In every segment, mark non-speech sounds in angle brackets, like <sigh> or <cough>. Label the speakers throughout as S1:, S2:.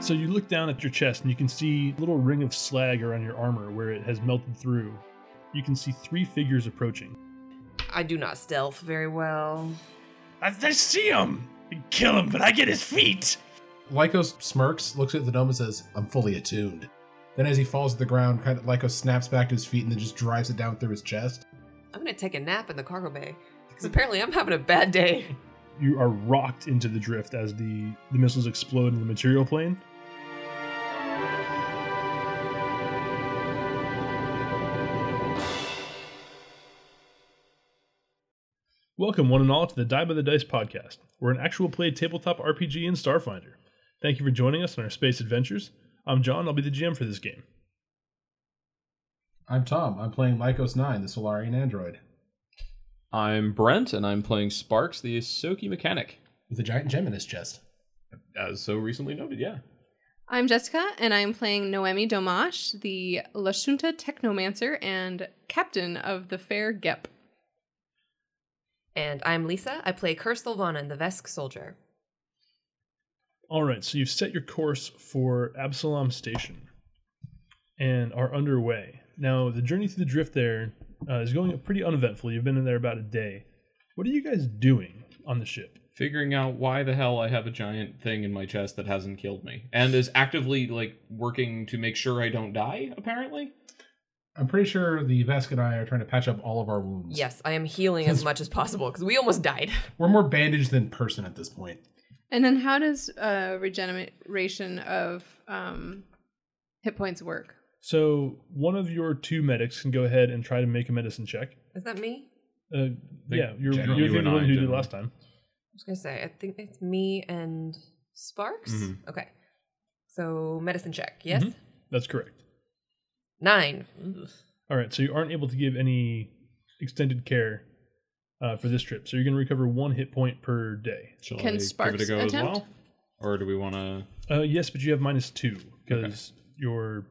S1: So you look down at your chest and you can see a little ring of slag around your armor where it has melted through. You can see three figures approaching.
S2: I do not stealth very well.
S3: I, I see him! Kill him, but I get his feet!
S4: Lycos smirks, looks at the gnome, and says, I'm fully attuned. Then, as he falls to the ground, kind of Lycos snaps back to his feet and then just drives it down through his chest.
S2: I'm gonna take a nap in the cargo bay because apparently I'm having a bad day.
S1: You are rocked into the drift as the, the missiles explode in the material plane. Welcome, one and all, to the Die by the Dice podcast. We're an actual play tabletop RPG in Starfinder. Thank you for joining us on our space adventures. I'm John, I'll be the GM for this game.
S4: I'm Tom. I'm playing Lycos 9, the Solarian android,
S5: I'm Brent, and I'm playing Sparks, the Soki mechanic.
S4: with a giant gem in his chest.
S5: As so recently noted, yeah.
S6: I'm Jessica, and I'm playing Noemi Domash, the Lashunta Technomancer and captain of the Fair Gep.
S2: And I'm Lisa. I play Kerstalvana in the Vesk Soldier.
S1: All right, so you've set your course for Absalom Station and are underway. Now, the journey through the drift there uh, is going pretty uneventful. You've been in there about a day. What are you guys doing on the ship?
S5: Figuring out why the hell I have a giant thing in my chest that hasn't killed me, and is actively like working to make sure I don't die. Apparently,
S4: I'm pretty sure the Vesk and I are trying to patch up all of our wounds.
S2: Yes, I am healing as much as possible because we almost died. <laughs>
S4: We're more bandaged than person at this point.
S6: And then, how does uh, regeneration of um, hit points work?
S1: So, one of your two medics can go ahead and try to make a medicine check.
S2: Is that me?
S1: Uh,
S5: Like,
S1: yeah, you're,
S5: generally
S1: you're
S5: you
S1: the
S5: and
S1: only
S5: I
S1: one who did
S5: generally.
S1: last time.
S2: I was gonna say, I think it's me and Sparks.
S5: Mhm.
S2: Okay. So medicine check, yes?
S1: Mhm. That's correct.
S2: Nine.
S1: All right, so you aren't able to give any extended care uh, for this trip. So, you're going to recover one hit point per day.
S5: Shall
S6: Can Sparks attempt?
S5: or do we want to
S1: Uh, yes, but you have minus two because you're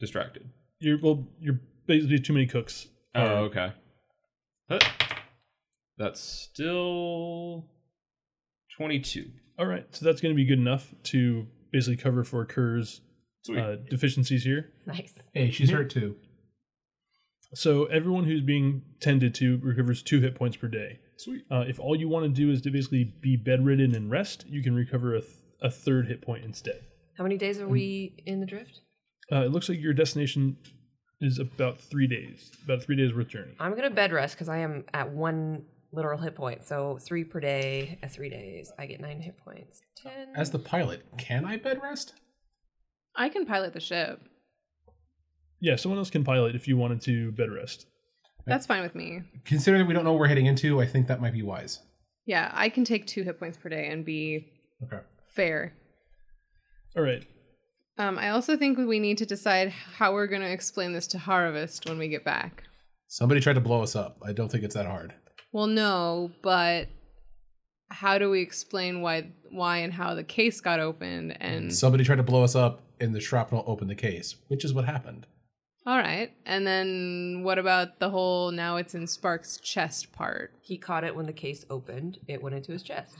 S5: distracted?
S1: You're well. You're basically too many cooks.
S5: Oh,
S1: Uh,
S5: okay. Huh. That's still twenty-two.
S1: All right. So that's going to be good enough to basically cover for Kerr's
S5: Sweet.
S1: uh, deficiencies here.
S2: Nice.
S4: Hey, she's hurt too.
S1: So everyone who's being tended to recovers two hit points per day.
S5: Sweet.
S1: Uh, if all you want to do is to basically be bedridden and rest, you can recover a, th- a third hit point instead.
S2: How many days are we in the drift?
S1: Uh, it looks like your destination is about three days, about three days worth journey.
S2: I'm gonna bed rest because I am at one literal hit point. So three per day at three days. I get nine hit points. Ten.
S4: As the pilot, can I bed rest?
S6: I can pilot the ship.
S1: Yeah, someone else can pilot if you wanted to bed rest.
S6: That's fine with me.
S4: Considering we don't know what we're heading into, I think that might be wise.
S6: Yeah, I can take two hit points per day and be
S4: Okay.
S6: fair.
S1: All right.
S6: Um, I also think we need to decide how we're going to explain this to Harvest when we get back.
S4: Somebody tried to blow us up. I don't think it's that hard.
S6: Well, no, but how do we explain why why and how the case got opened and
S4: Somebody tried to blow us up, and the shrapnel opened the case, which is what happened.
S6: all right. And then what about the whole now it's in Spark's chest part?
S2: he caught it when the case opened. It went into his chest.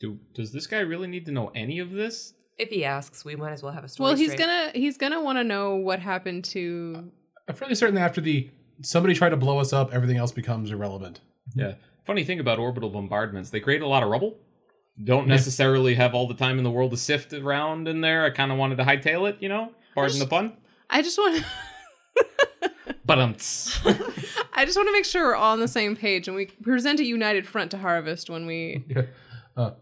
S5: Do, does this guy really need to know any of this?
S2: If he asks, we might as well have a story.
S6: Well, he's
S2: straight.
S6: gonna he's gonna want to know what happened to
S4: I'm fairly certain that after the somebody tried to blow us up, everything else becomes irrelevant.
S5: Yeah. Funny thing about orbital bombardments, they create a lot of rubble. Don't necessarily have all the time in the world to sift around in there. I kind of wanted to hightail it, you know? Pardon the pun.
S6: I just want
S5: But um,
S6: <laughs> I just want to make sure we're all on the same page and we present a united front to Harvest when we
S4: Uh,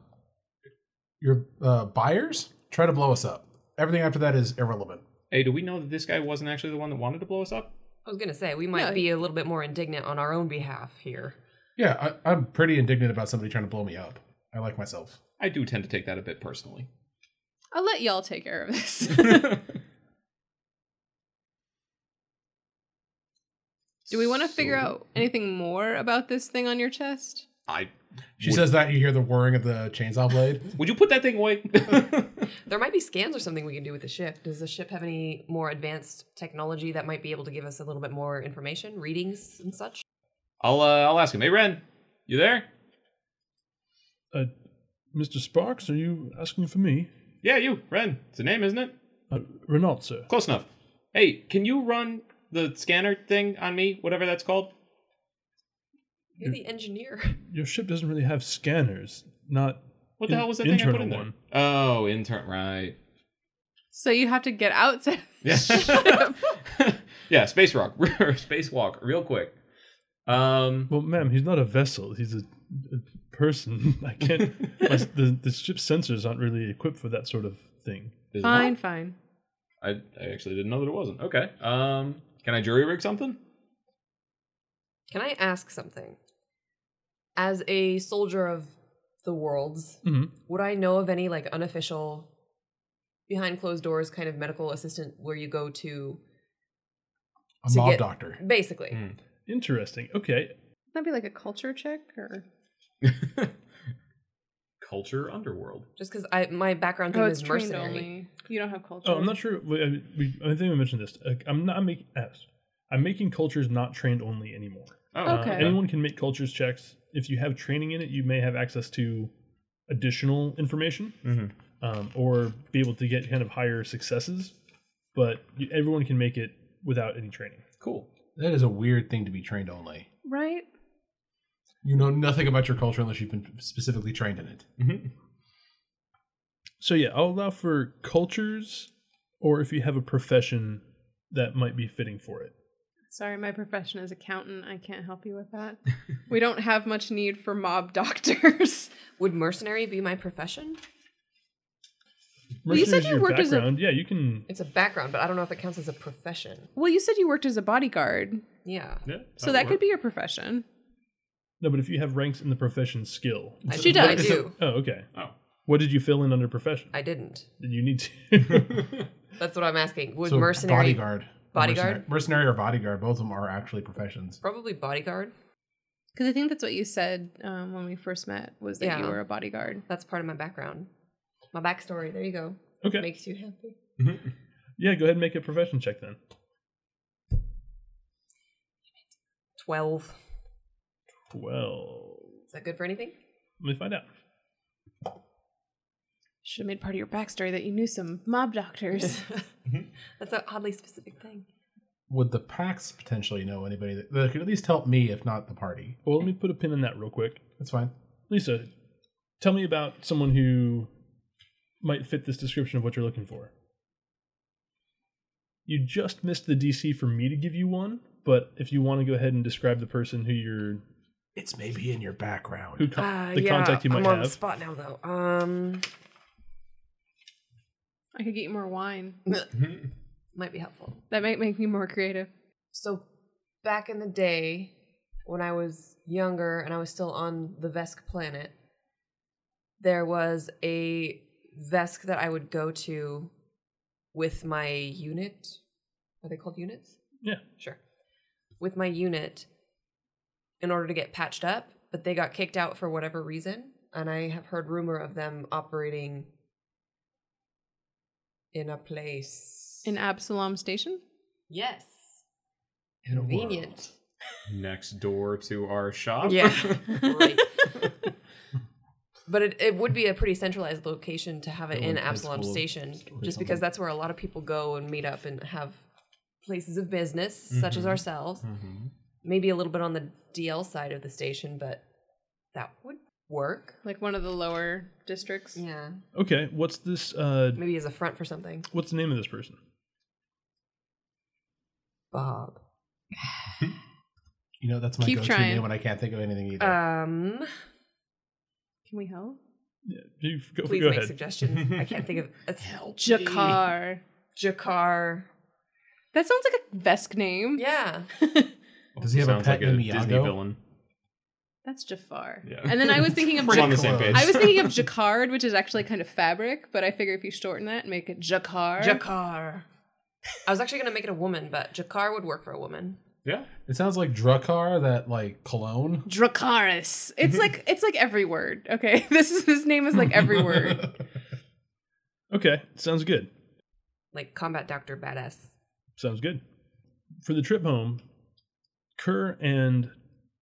S4: Your uh, buyers try to blow us up. Everything after that is irrelevant.
S5: <laughs> hey, do we know that this guy wasn't actually the one that wanted to blow us up?
S2: I was gonna say we might
S6: No,
S2: be a little bit more indignant on our own behalf here.
S4: Yeah, I, I'm pretty indignant about somebody trying to blow me up. I like myself.
S5: I do tend to take that a bit personally.
S6: I'll let y'all take care of
S5: <laughs>
S6: this. <laughs> do we want to figure
S5: So-
S6: out anything more about this thing on your chest?
S5: I
S4: She
S5: would,
S4: says that you hear the whirring of the chainsaw blade.
S5: Would you put that thing away? <laughs>
S2: There might be scans or something we can do with the ship. Does the ship have any more advanced technology that might be able to give us a little bit more information, readings and such?
S5: I'll uh, I'll ask him. Hey Ren, you there?
S1: Uh, Mr. Sparks, are you asking for me?
S5: Yeah, you, Ren. It's a name, isn't it?
S1: Uh, Renault, sir.
S5: Close enough. Hey, can you run the scanner thing on me, whatever that's called?
S6: Hmm.
S2: You're the engineer. <laughs>
S1: Your ship doesn't really have scanners. Not
S5: What the
S1: In-
S5: hell was the thing I put
S1: internal
S5: in there?
S1: one.
S5: Oh, intern, <laughs> right.
S6: So you have to get outside.
S5: <laughs> Yeah. yeah, space rock, <laughs> space walk, real quick. Um,
S1: well, ma'am. He's not a vessel. He's a, a person. <laughs> I can't. my, the the ship sensors aren't really equipped for that sort of thing.
S5: is
S6: Fine, fine.
S5: not- I, I actually didn't know that it wasn't. Okay. Um, can I jury rig something? <laughs>
S2: Can I ask something? As a soldier of the worlds,
S1: Mhm.
S2: would I know of any like unofficial, behind closed doors kind of medical assistant where you go to
S4: A
S2: To
S4: mob
S2: get-
S4: doctor.
S2: basically?
S5: Mm.
S1: Interesting. Okay.
S6: That'd be like a culture check, or
S5: Culture underworld.
S2: Just because I my background thing
S6: oh, it's
S2: is
S6: trained
S2: mercenary.
S6: only. You don't have culture.
S1: Oh, I'm not sure. We, I- we, I think we mentioned this. Like, I'm not making. I'm making cultures not trained only anymore. Uh,
S5: Oh,
S6: Okay.
S1: Anyone can make cultures checks. If you have training in it, you may have access to additional information
S4: Mm-hmm.
S5: Mhm.
S1: um, or be able to get kind of higher successes. But you, everyone can make it without any training.
S5: Cool.
S4: That is a weird thing to be trained only.
S6: right.
S4: You know nothing about your culture unless you've been specifically trained in it.
S5: Mm-hmm.
S1: So yeah, I'll allow for cultures, or if you have a profession that might be fitting for it.
S6: Sorry, my profession is accountant. I can't help you with that. we don't have much need for mob <laughs> doctors.
S2: Would mercenary be my profession?
S6: Well, you said
S1: Mercenaries
S6: you
S1: are your
S6: worked as a-
S1: background. Yeah, you can.
S2: It's a background, but I don't know if it counts as a profession.
S6: well, you said you worked as a bodyguard,
S2: Yeah.
S5: Yeah,
S6: so that could
S5: work.
S6: be your profession.
S1: No, but if you have ranks in the profession skill.
S2: I,
S6: She
S2: but I
S6: does.
S2: do.
S1: Oh, okay.
S5: Oh.
S1: What did you fill in under profession?
S2: I didn't.
S1: Then you need
S5: <laughs>
S1: to.
S2: That's what I'm asking. Would
S4: So
S2: mercenary
S4: bodyguard,
S2: Bodyguard?
S4: mercenary, mercenary or bodyguard, both of them are actually professions.
S2: probably bodyguard?
S6: Because I think that's what you said um, when we first met was that you
S2: Yeah.
S6: were a bodyguard.
S2: That's part of my background. My backstory. There you go.
S1: okay.
S2: Makes you happy.
S1: yeah, go ahead and make a profession check then.
S2: Twelve.
S1: Twelve.
S2: Is that good for anything?
S1: Let me find out.
S6: Should have made part of your backstory that you knew some mob doctors.
S2: That's an oddly specific thing.
S4: Would the Pax potentially know anybody that, that could at least help me, if not the party?
S1: Well, let me put a pin in that real quick.
S4: That's fine.
S1: Lisa, tell me about someone who might fit this description of what you're looking for. You just missed the DC for me to give you one, but if you want to go ahead and describe the person who you're
S4: It's maybe in your background.
S1: who
S2: Uh,
S1: con- the contact you might
S2: I'm on the
S1: have,
S2: spot now though. Um,
S6: <laughs> I could get you more <laughs> wine.
S5: Mm-hmm.
S2: might be helpful.
S6: That might make me more creative.
S2: So, back in the day, when I was younger and I was still on the Vesk planet, there was a Vesk that I would go to with my unit. Are they called units?
S1: yeah,
S2: Sure. With my unit in order to get patched up, but they got kicked out for whatever reason. And I have heard rumor of them operating in a place.
S6: In Absalom Station?
S2: yes.
S4: In a world.
S2: Convenient.
S5: Next door to our shop.
S2: Yeah. <laughs> right. But it, it would be a pretty centralized location to have it
S4: Yeah,
S2: in
S4: like high
S2: Absalom
S4: school
S2: Station,
S4: stories
S2: just
S4: on
S2: because
S4: that.
S2: that's where a lot of people go and meet up and have places of business, such as
S5: Mhm.
S2: ourselves.
S5: Mhm.
S2: Maybe a little bit on the DL side of the station, but that would work.
S6: Like one of the lower districts?
S2: Yeah.
S1: okay. What's this? Uh,
S2: Maybe as a front for something.
S1: what's the name of this person?
S2: Bob.
S4: You know, that's my
S6: Keep
S4: go-to
S6: trying.
S4: name when I can't think of anything either.
S2: Um,
S6: Can we help?
S1: Yeah, you f- go,
S2: please
S1: go
S2: make
S1: ahead.
S2: suggestions. I can't think of it's
S6: Jakar.
S2: Jakar.
S6: That sounds like a Vesk name.
S2: Yeah.
S4: Does he have a
S5: Sounds
S4: pet
S5: like a
S4: named
S5: Disney
S4: Iago?
S5: villain?
S6: That's Jafar.
S5: Yeah.
S6: And then I was
S5: <laughs>
S6: thinking of
S5: We're on the
S6: Jakar.
S5: same page.
S4: Close.
S6: I was thinking of <laughs> jacquard, which is actually kind of fabric, but I figure if you shorten that and make it jacquard,
S2: Jakar. I was actually gonna make it a woman, but Jakar would work for a woman.
S5: yeah.
S4: It sounds like Drakkar, that like cologne.
S6: Dracaris. It's like it's like every word. Okay, <laughs> this is his name is like every word.
S1: <laughs> Okay, sounds good.
S2: Like combat doctor badass.
S1: Sounds good. For the trip home, Kerr and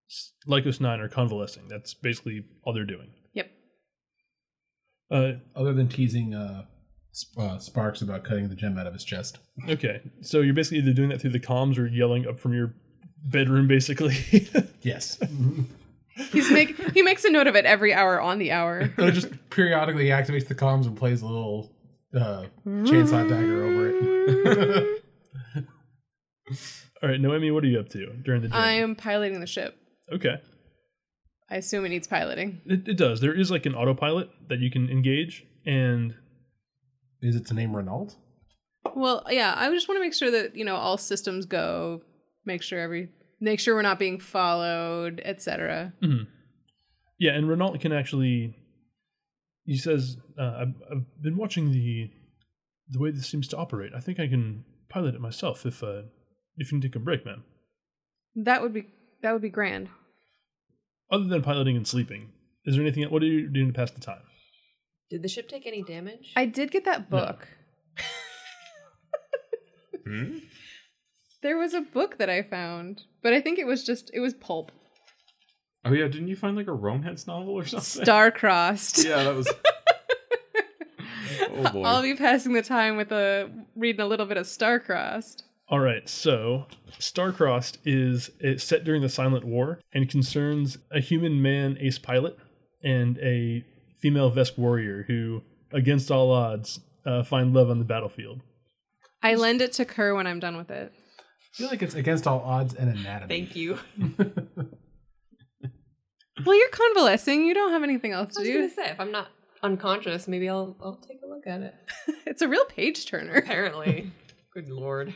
S1: S- Lycos 9 are convalescing. That's basically all they're doing.
S6: Yep.
S1: Uh,
S4: Other than teasing uh, sp- uh, Sparks about cutting the gem out of his chest.
S1: Okay, so you're basically either doing that through the comms or yelling up from your bedroom, basically. <laughs>
S4: Yes.
S6: He's make he makes a note of it every hour on the hour.
S4: it just periodically activates the comms and plays a little uh, <laughs> chainsaw dagger over it.
S1: All right, Noemi, what are you up to during the journey?
S6: <laughs> I am piloting the ship.
S1: okay,
S6: I assume it needs piloting.
S1: it, it does. There is like an autopilot that you can engage, and
S4: Is its name Renault?
S6: Well, yeah, I just want to make sure that you know all systems go. Make sure every make sure we're not being followed, etc.
S1: Yeah, and Renault can actually. He says, uh, I've, "I've been watching the the way this seems to operate. I think I can pilot it myself if uh, if you can take a break, ma'am.
S6: That would be that would be grand.
S1: Other than piloting and sleeping, is there anything? What are you doing to pass the time?
S2: Did the ship take any damage?
S6: I did get that book.
S5: Hmm?
S6: There was a book that I found, but I think it was just it
S5: <laughs>
S6: was pulp.
S5: Oh yeah, didn't you find like a Romeheads novel or something?
S6: <laughs> Star-crossed.
S5: Yeah, that was. oh boy.
S6: I'll be passing the time with a reading a little bit of Starcrossed.
S1: All right, so Starcrossed is it's set during the Silent War and concerns a human man ace pilot and a female Vesk warrior who, against all odds, uh, find love on the battlefield.
S6: I lend it to Kerr when I'm done with it.
S4: I feel like it's against all odds and anatomy.
S7: Thank you.
S6: Well, you're convalescing. You don't have anything else
S2: I was
S6: to do.
S2: gonna say if I'm not unconscious, maybe I'll I'll take a look at <laughs> it.
S6: <laughs> It's a real page turner.
S7: Apparently. Good lord.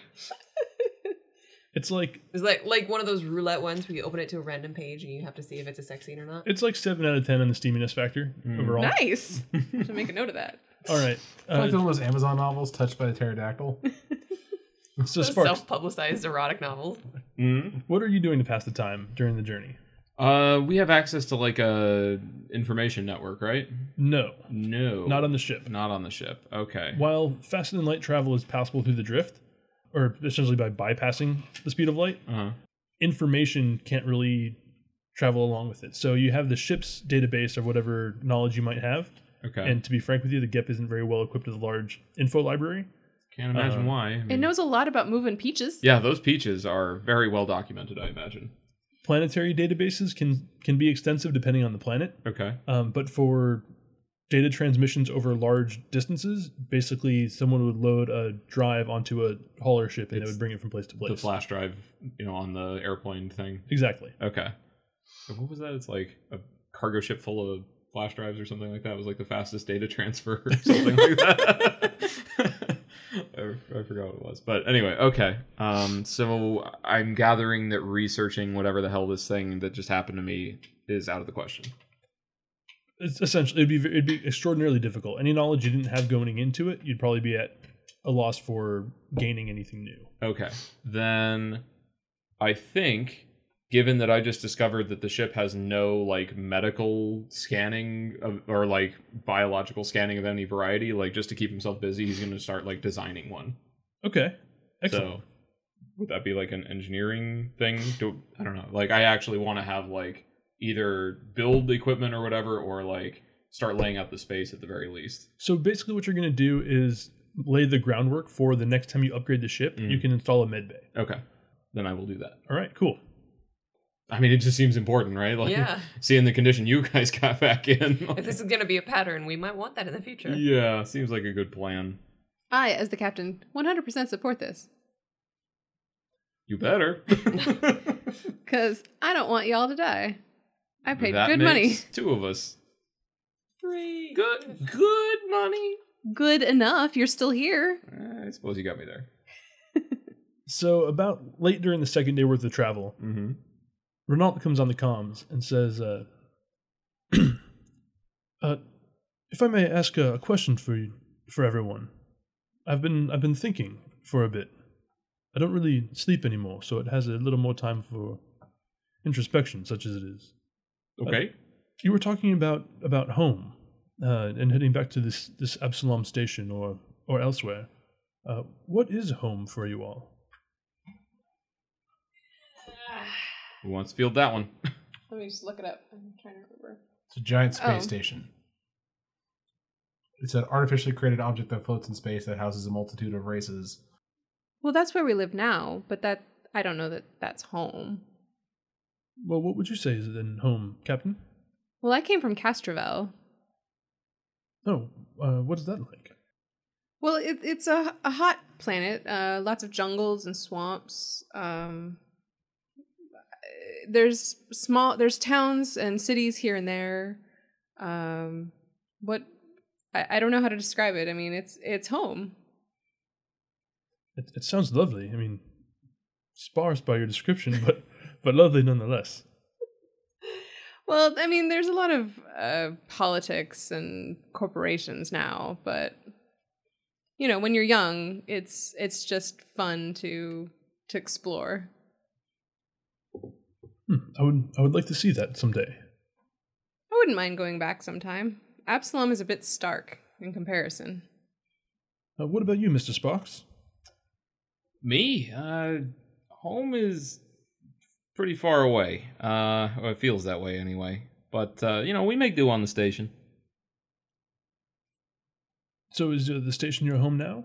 S1: It's like
S2: It's like like one of those roulette ones where you open it to a random page and you have to see if it's a sex scene or not.
S1: It's like seven out of ten on the steaminess factor overall.
S6: <laughs> Nice.
S5: <laughs>
S6: to make a note of that.
S1: All right,
S4: I feel like
S1: uh,
S4: one of those Amazon novels touched by the pterodactyl.
S1: so Sparks,
S7: Self-publicized erotic novels.
S5: Mhm.
S1: what are you doing to pass the time during the journey?
S5: Uh, we have access to like a information network, right?
S1: No,
S5: No,
S1: not on the ship.
S5: not on the ship. Okay.
S1: While faster than light travel is possible through the drift, or essentially by bypassing the speed of light,
S5: Uh-huh.
S1: information can't really travel along with it. So you have the ship's database or whatever knowledge you might have.
S5: Okay.
S1: And to be frank with you, the GEP isn't very well equipped with a large info library.
S5: Can't imagine
S1: Uh,
S5: why. I
S6: It
S5: mean-
S6: knows a lot about moving peaches.
S5: Hmm. Yeah, those peaches are very well documented. I imagine.
S1: Planetary databases can can be extensive depending on the planet.
S5: Okay.
S1: Um, but for data transmissions over large distances, basically someone would load a drive onto a hauler ship and it
S5: It's
S1: would bring it from place to place.
S5: The flash drive, you know, on the airplane thing.
S1: Exactly.
S5: Okay. What was that? It's like a cargo ship full of flash drives or something like that. It was like the fastest data transfer or something like that. <laughs> I, I forgot what it was. But anyway, okay. Um, so I'm gathering that researching whatever the hell this thing that just happened to me is out of the question.
S1: It's essentially it'd be it'd be extraordinarily difficult. Any knowledge you didn't have going into it, you'd probably be at a loss for gaining anything new.
S5: Okay. Then I think given that I just discovered that the ship has no like medical scanning of, or like biological scanning of any variety, like just to keep himself busy, he's going to start like designing one.
S1: Okay. Excellent.
S5: So would that be like an engineering thing? Do I don't know. Like I actually want to have like either build the equipment or whatever or like start laying out the space at the very least.
S1: So, basically what you're gonna do is lay the groundwork for the next time you upgrade the ship,
S5: Mm.
S1: you can install a med bay.
S5: Okay. Then I will do that.
S1: All right, cool.
S5: I mean, it just seems important, right? <laughs> Like
S2: Yeah.
S5: seeing the condition you guys <laughs> got back in.
S2: If this is gonna be a pattern, we might want that in the future.
S5: Yeah, seems like a good plan.
S6: I, as the captain, 100% support this.
S5: You better.
S6: Because I don't want y'all to die. I paid
S5: That
S6: good money.
S5: makes Two of us.
S2: Three.
S5: Good, good money.
S6: Good enough. You're still here.
S5: Eh, I suppose you got me there.
S1: So about late during the second day worth of travel,
S5: Mm-hmm.
S1: Renault comes on the comms and says, uh, <clears throat> uh, "If I may ask a, a question for you, for everyone, I've been I've been thinking for a bit. I don't really sleep anymore, so it has a little more time for introspection, such as it is.
S5: Okay.
S1: You were talking about about home uh, and heading back to this this Absalom station or or elsewhere. Uh, what is home for you all?
S5: Who wants to field that one?
S6: Let me just look it up. I'm trying to remember.
S4: It's a giant space
S6: Oh.
S4: station. It's an artificially created object that floats in space that houses a multitude of races.
S6: Well, that's where we live now, but that I don't know that that's home.
S1: Well, what would you say is then home, Captain?
S6: Well, I came from Castrovel.
S1: Oh, uh, what is that like?
S6: Well, it, it's a, a hot planet. Uh, lots of jungles and swamps. Um, there's small. There's towns and cities here and there. Um, what I, I don't know how to describe it. I mean, it's it's home.
S1: It, it sounds lovely. I mean, sparse by your description, but <laughs> but lovely nonetheless.
S6: Well, I mean, there's a lot of uh, politics and corporations now, but you know, when you're young, it's it's just fun to to explore.
S1: Hmm, I would I would like to see that someday.
S6: I wouldn't mind going back sometime. Absalom is a bit stark in comparison.
S1: Uh, what about you, Mister Sparks?
S5: <laughs> Me? Uh, home is pretty far away. Uh, or it feels that way anyway. But uh, you know, we make do on the station.
S1: So is uh, the station your home now?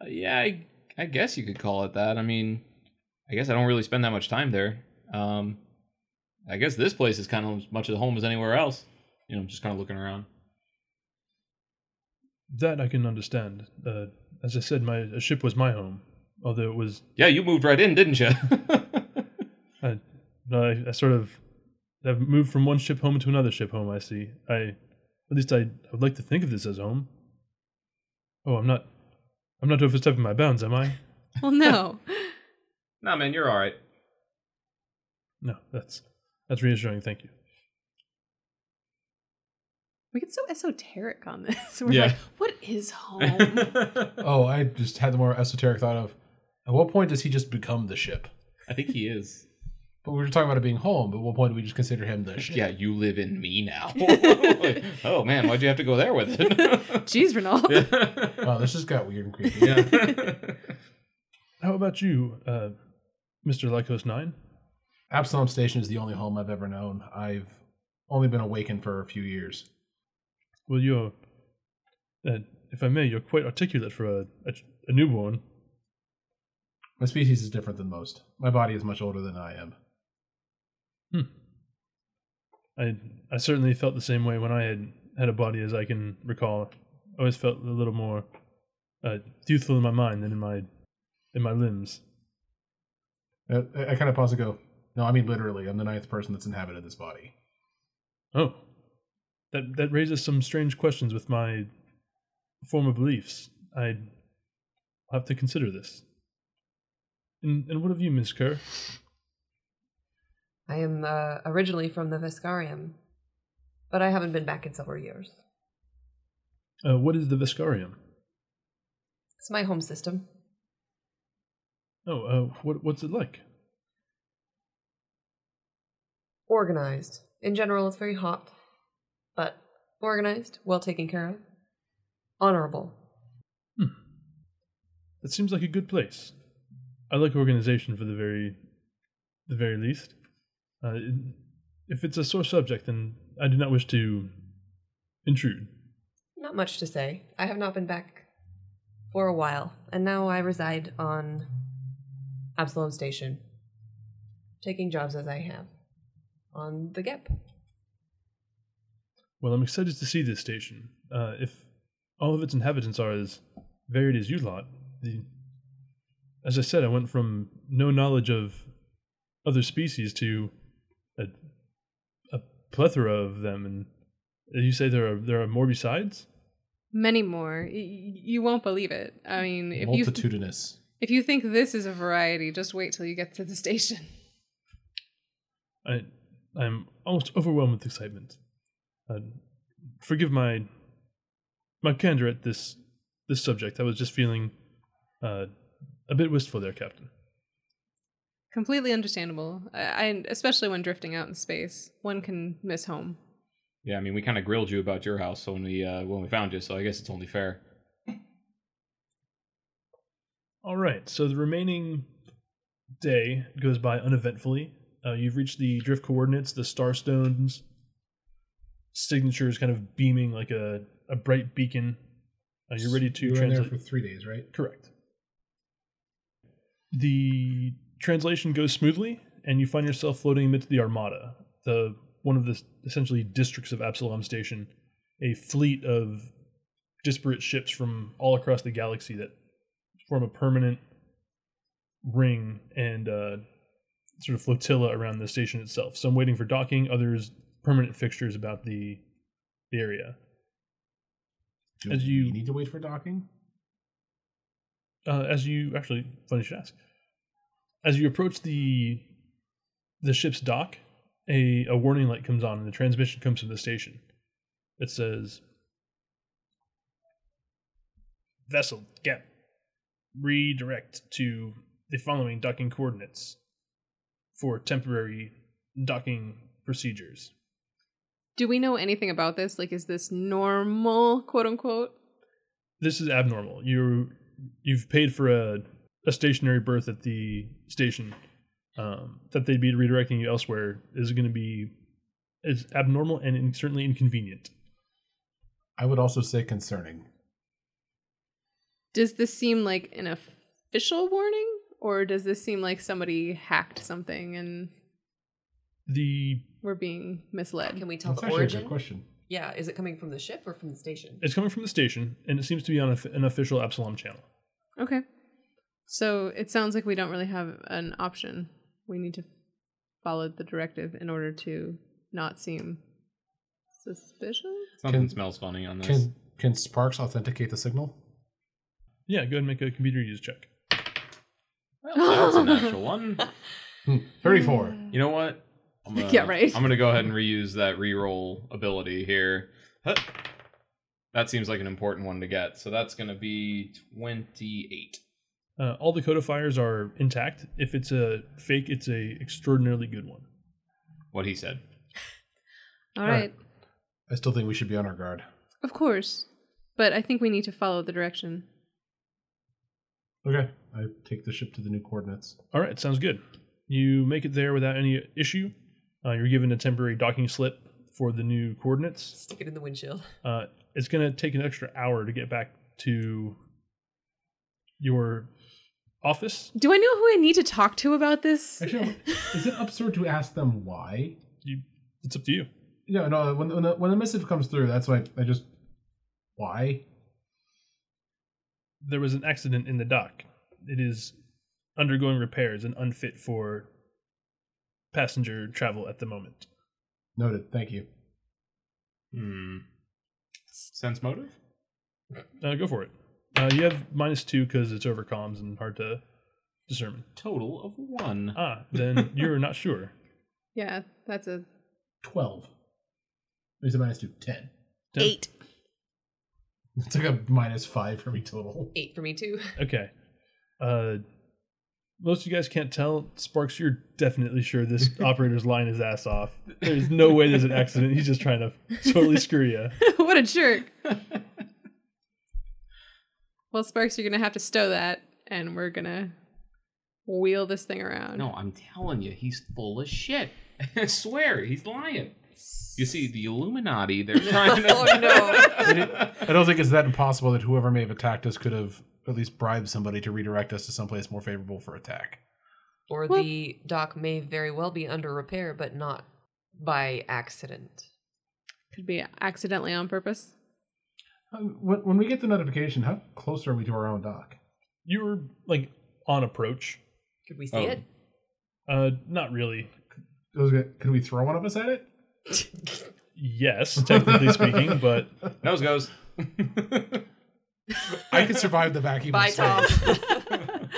S5: Uh, yeah, I, I guess you could call it that. I mean, I guess I don't really spend that much time there. Um, I guess this place is kind of as much at home as anywhere else. You know, just kind of looking around.
S1: That I can understand. Uh, as I said, my a ship was my home, although it was
S5: Yeah, you moved right in, didn't you?
S1: I, I, I sort of have moved from one ship home to another ship home. I see. I at least I, I would like to think of this as home. Oh, I'm not. I'm not overstepping my bounds, am I? <laughs>
S6: Well, no.
S5: <laughs> nah, man, you're all right.
S1: No, that's that's reassuring. Thank you.
S6: we get so esoteric on this. <laughs> We're
S5: Yeah.
S6: like, what
S5: <laughs>
S6: is home?
S4: Oh, I just had the more esoteric thought of at what point does he just become the ship?
S5: I think he is.
S4: But we were talking about it being home, but at what point do we just consider him the
S5: <laughs>
S4: ship?
S5: Yeah, you live in me <laughs> now. oh man, why'd you have to go there with it?
S6: Jeez, Renal.
S4: Wow, this just got weird and creepy. <laughs>
S5: <laughs> yeah.
S1: How about you, uh, Mister Lycos Nine?
S4: Absalom Station is the only home I've ever known. I've only been awakened for a few years.
S1: Well, you're, uh, if I may, you're quite articulate for a, a, a newborn.
S4: My species is different than most. My body is much older than I am.
S1: I I certainly felt the same way when I had had a body as I can recall. I always felt a little more uh, youthful in my mind than in my in my limbs.
S4: Uh, I, I kind of pause and go, no, I mean literally, I'm the ninth person that's inhabited this body.
S1: Oh, that that raises some strange questions with my former beliefs. I will have to consider this. And and what of you, Miss Kerr?
S2: I am uh, originally from the Vescarium, but I haven't been back in several years.
S1: Uh, what is the Viscarium?
S2: It's my home system.
S1: Oh, uh, what what's it like?
S2: Organized. In general, it's very hot, but organized, well taken care of, honorable.
S1: That seems like a good place. I like organization for the very, the very least. Uh, it- if it's a sore subject, then I do not wish to intrude.
S2: Not much to say. I have not been back for a while, and now I reside on Absalom Station, taking jobs as I have on the Gap.
S1: Well, I'm excited to see this station. Uh, if all of its inhabitants are as varied as you lot, the, as I said, I went from no knowledge of other species to a, a plethora of them. And you say there are there are more besides?
S6: Many more. Y- y- you won't believe it. I mean, if you
S4: Multitudinous.
S6: if you think this is a variety, just wait till you get to the station.
S1: I, I'm almost overwhelmed with excitement. Uh, forgive my my candor at this this subject. I was just feeling uh, a bit wistful there, Captain.
S6: Completely understandable. I, I especially when drifting out in space, one can miss home.
S5: <laughs> Yeah, I mean, we kind of grilled you about your house when we uh, when we found you, so I guess it's only fair.
S1: All right. So the remaining day goes by uneventfully. Uh, you've reached the drift coordinates, the star stones, signature is kind of beaming like a, a bright beacon. Uh, you're ready to
S4: you were in there
S1: translate.
S4: for three days, right?
S1: Correct. The translation goes smoothly, and you find yourself floating amidst the Armada, the one of the s- essentially districts of Absalom Station, a fleet of disparate ships from all across the galaxy that form a permanent ring and uh, sort of flotilla around the station itself. Some waiting for docking, others permanent fixtures about the, the area.
S4: Do
S1: As
S4: we
S1: you-
S4: need to wait for docking?
S1: uh, as you actually funny you should ask as you approach the the ship's dock a, a warning light comes on and the transmission comes from the station it says vessel gap redirect to the following docking coordinates for temporary docking procedures
S6: Do we know anything about this? Like, is this normal, quote unquote?
S1: this is abnormal. You you've paid for a a stationary berth at the station um, that they'd be redirecting you elsewhere is going to be is abnormal and in, certainly inconvenient.
S4: I would also say concerning.
S6: Does this seem like an official warning? Or does this seem like somebody hacked something and
S1: The
S6: we're being misled?
S2: Can we tell
S4: That's
S2: the
S4: actually a good
S2: origin?
S4: question.
S2: Yeah, is it coming from the ship or from the station?
S1: it's coming from the station and it seems to be on a, an official Absalom channel.
S6: Okay. So it sounds like we don't really have an option. We need to follow the directive in order to not seem suspicious.
S5: Something
S4: Can-
S5: smells funny on this.
S4: Can can Sparks authenticate the signal?
S1: Yeah, go ahead and make a computer use check.
S5: Well, that's an actual one.
S4: Hmm, Thirty-four.
S5: You know what? I'm gonna,
S6: Yeah, right.
S5: I'm gonna go ahead and reuse that reroll ability here. Huh. That seems like an important one to get. So that's gonna be twenty-eight.
S1: Uh, all the codifiers are intact. If it's a fake, it's a extraordinarily good one.
S5: What he said.
S6: All right.
S4: I still think we should be on our guard.
S6: Of course. But I think we need to follow the direction.
S4: Okay. I take the ship to the new coordinates.
S1: All right, sounds good. You make it there without any issue. Uh, you're given a temporary docking slip for the new coordinates.
S2: Stick it in the windshield.
S1: Uh, it's going to take an extra hour to get back to your office.
S6: Do I know who I need to talk to about this?
S4: Actually, is it absurd to ask them why?
S1: You, it's up to you.
S4: No, no. When when the, when the missive comes through, that's why I just why.
S1: There was an accident in the dock. It is undergoing repairs and unfit for passenger travel at the moment.
S4: Noted. Thank you.
S5: Hmm. Sense motive.
S1: Uh, go for it. Uh, you have minus two because it's over comms and hard to discern.
S5: Total of one.
S1: Ah, then you're not sure.
S6: Yeah, that's a
S4: Twelve. It's a minus two. Ten.
S1: Ten?
S4: It's like a minus five for me total.
S2: Eight for me
S4: <laughs>
S2: too.
S1: Okay. Uh, most of you guys can't tell. Sparks, you're definitely sure this operator's lying his ass off. There's no way there's an accident. He's just trying to totally screw you.
S6: <laughs> what a jerk. <laughs> well, Sparks, you're gonna have to stow that, and we're gonna wheel this thing around.
S5: No, I'm telling you, he's full of shit. <laughs> I swear, he's lying. You see, the Illuminati, they're trying
S2: <laughs>
S5: to.
S2: Oh no.
S4: I don't think it's that impossible that whoever may have attacked us could have at least bribed somebody to redirect us to someplace more favorable for attack.
S2: or
S6: Well-
S2: the dock may very well be under repair, but not by accident.
S6: Could be accidentally on purpose.
S4: Um, When, when we get the notification, how close are we to our own dock?
S1: You were like on approach.
S2: Could we see
S5: Oh.
S2: it?
S1: Uh, not really.
S4: Those- Can we throw one of us at it?
S1: Yes, technically speaking, but
S5: Nose goes.
S4: I can survive the vacuum. of
S2: Bye,
S4: space.
S2: Tom.
S4: <laughs>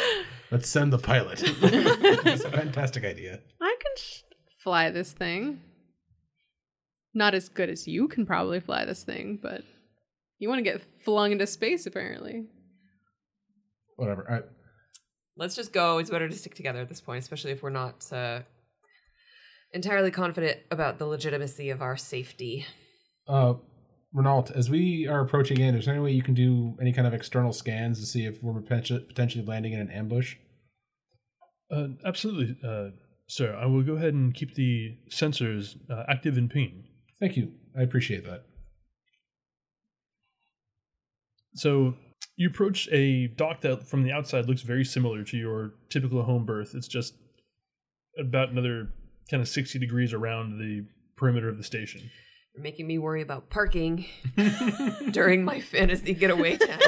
S4: Let's send
S2: <laughs>
S4: the pilot. It's a fantastic idea.
S6: I can sh- fly this thing. Not as good as you can probably fly this thing, but you want to get flung into space, <laughs> apparently.
S4: Whatever. I,
S2: Let's just go. It's better to stick together at this point, especially if we're not uh, entirely confident about the legitimacy of our safety.
S4: Uh, Renault, as we are approaching in, is there any way you can do any kind of external scans to see if we're poten- potentially landing in an ambush?
S1: uh, absolutely, uh, sir. I will go ahead and keep the sensors uh, active and pinging.
S4: Thank you. I appreciate that.
S1: So you approach a dock that from the outside looks very similar to your typical home berth. It's just about another kind of 60 degrees around the perimeter of the station.
S2: You're making me worry about parking during my fantasy getaway time.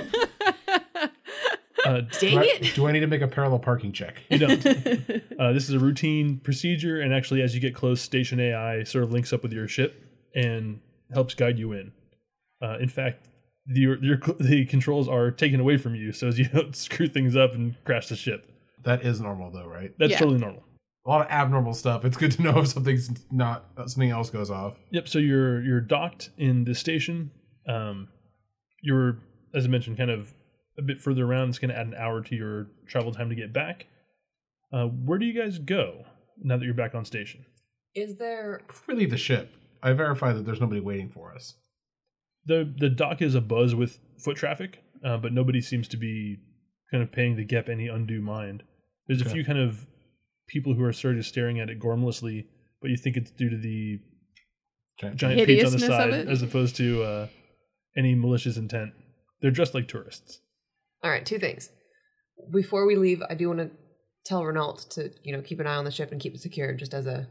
S1: Uh,
S2: Dang
S4: do, I,
S2: it!
S4: do I need to make a parallel parking check? <laughs>
S1: you don't. Uh, this is a routine procedure, and actually, as you get close, station AI sort of links up with your ship and helps guide you in. Uh, in fact, the, your, your, the controls are taken away from you so as you <laughs> don't screw things up and crash the ship.
S4: That is normal though, right?
S1: That's
S6: Yeah.
S1: totally normal.
S4: A lot of abnormal stuff. It's good to know <laughs> if something's not something else goes off.
S1: Yep. So you're you're docked in the station. Um, you're, as I mentioned, kind of a bit further around. It's going to add an hour to your travel time to get back. Uh, where do you guys go now that you're back on station?
S2: Is there
S4: Before we leave the ship, I verify that there's nobody waiting for us.
S1: the The dock is abuzz with foot traffic, uh, but nobody seems to be kind of paying the gap any undue mind. There's a
S4: Okay.
S1: few kind of people who are sort of staring at it gormlessly, but you think it's due to the
S4: Giant-
S1: giant peach on the
S6: Hideousness of
S1: side
S6: it?
S1: as opposed to uh, any malicious intent. They're dressed like tourists.
S2: All right, two things. Before we leave, I do want to tell Renault to, you know, keep an eye on the ship and keep it secure just as a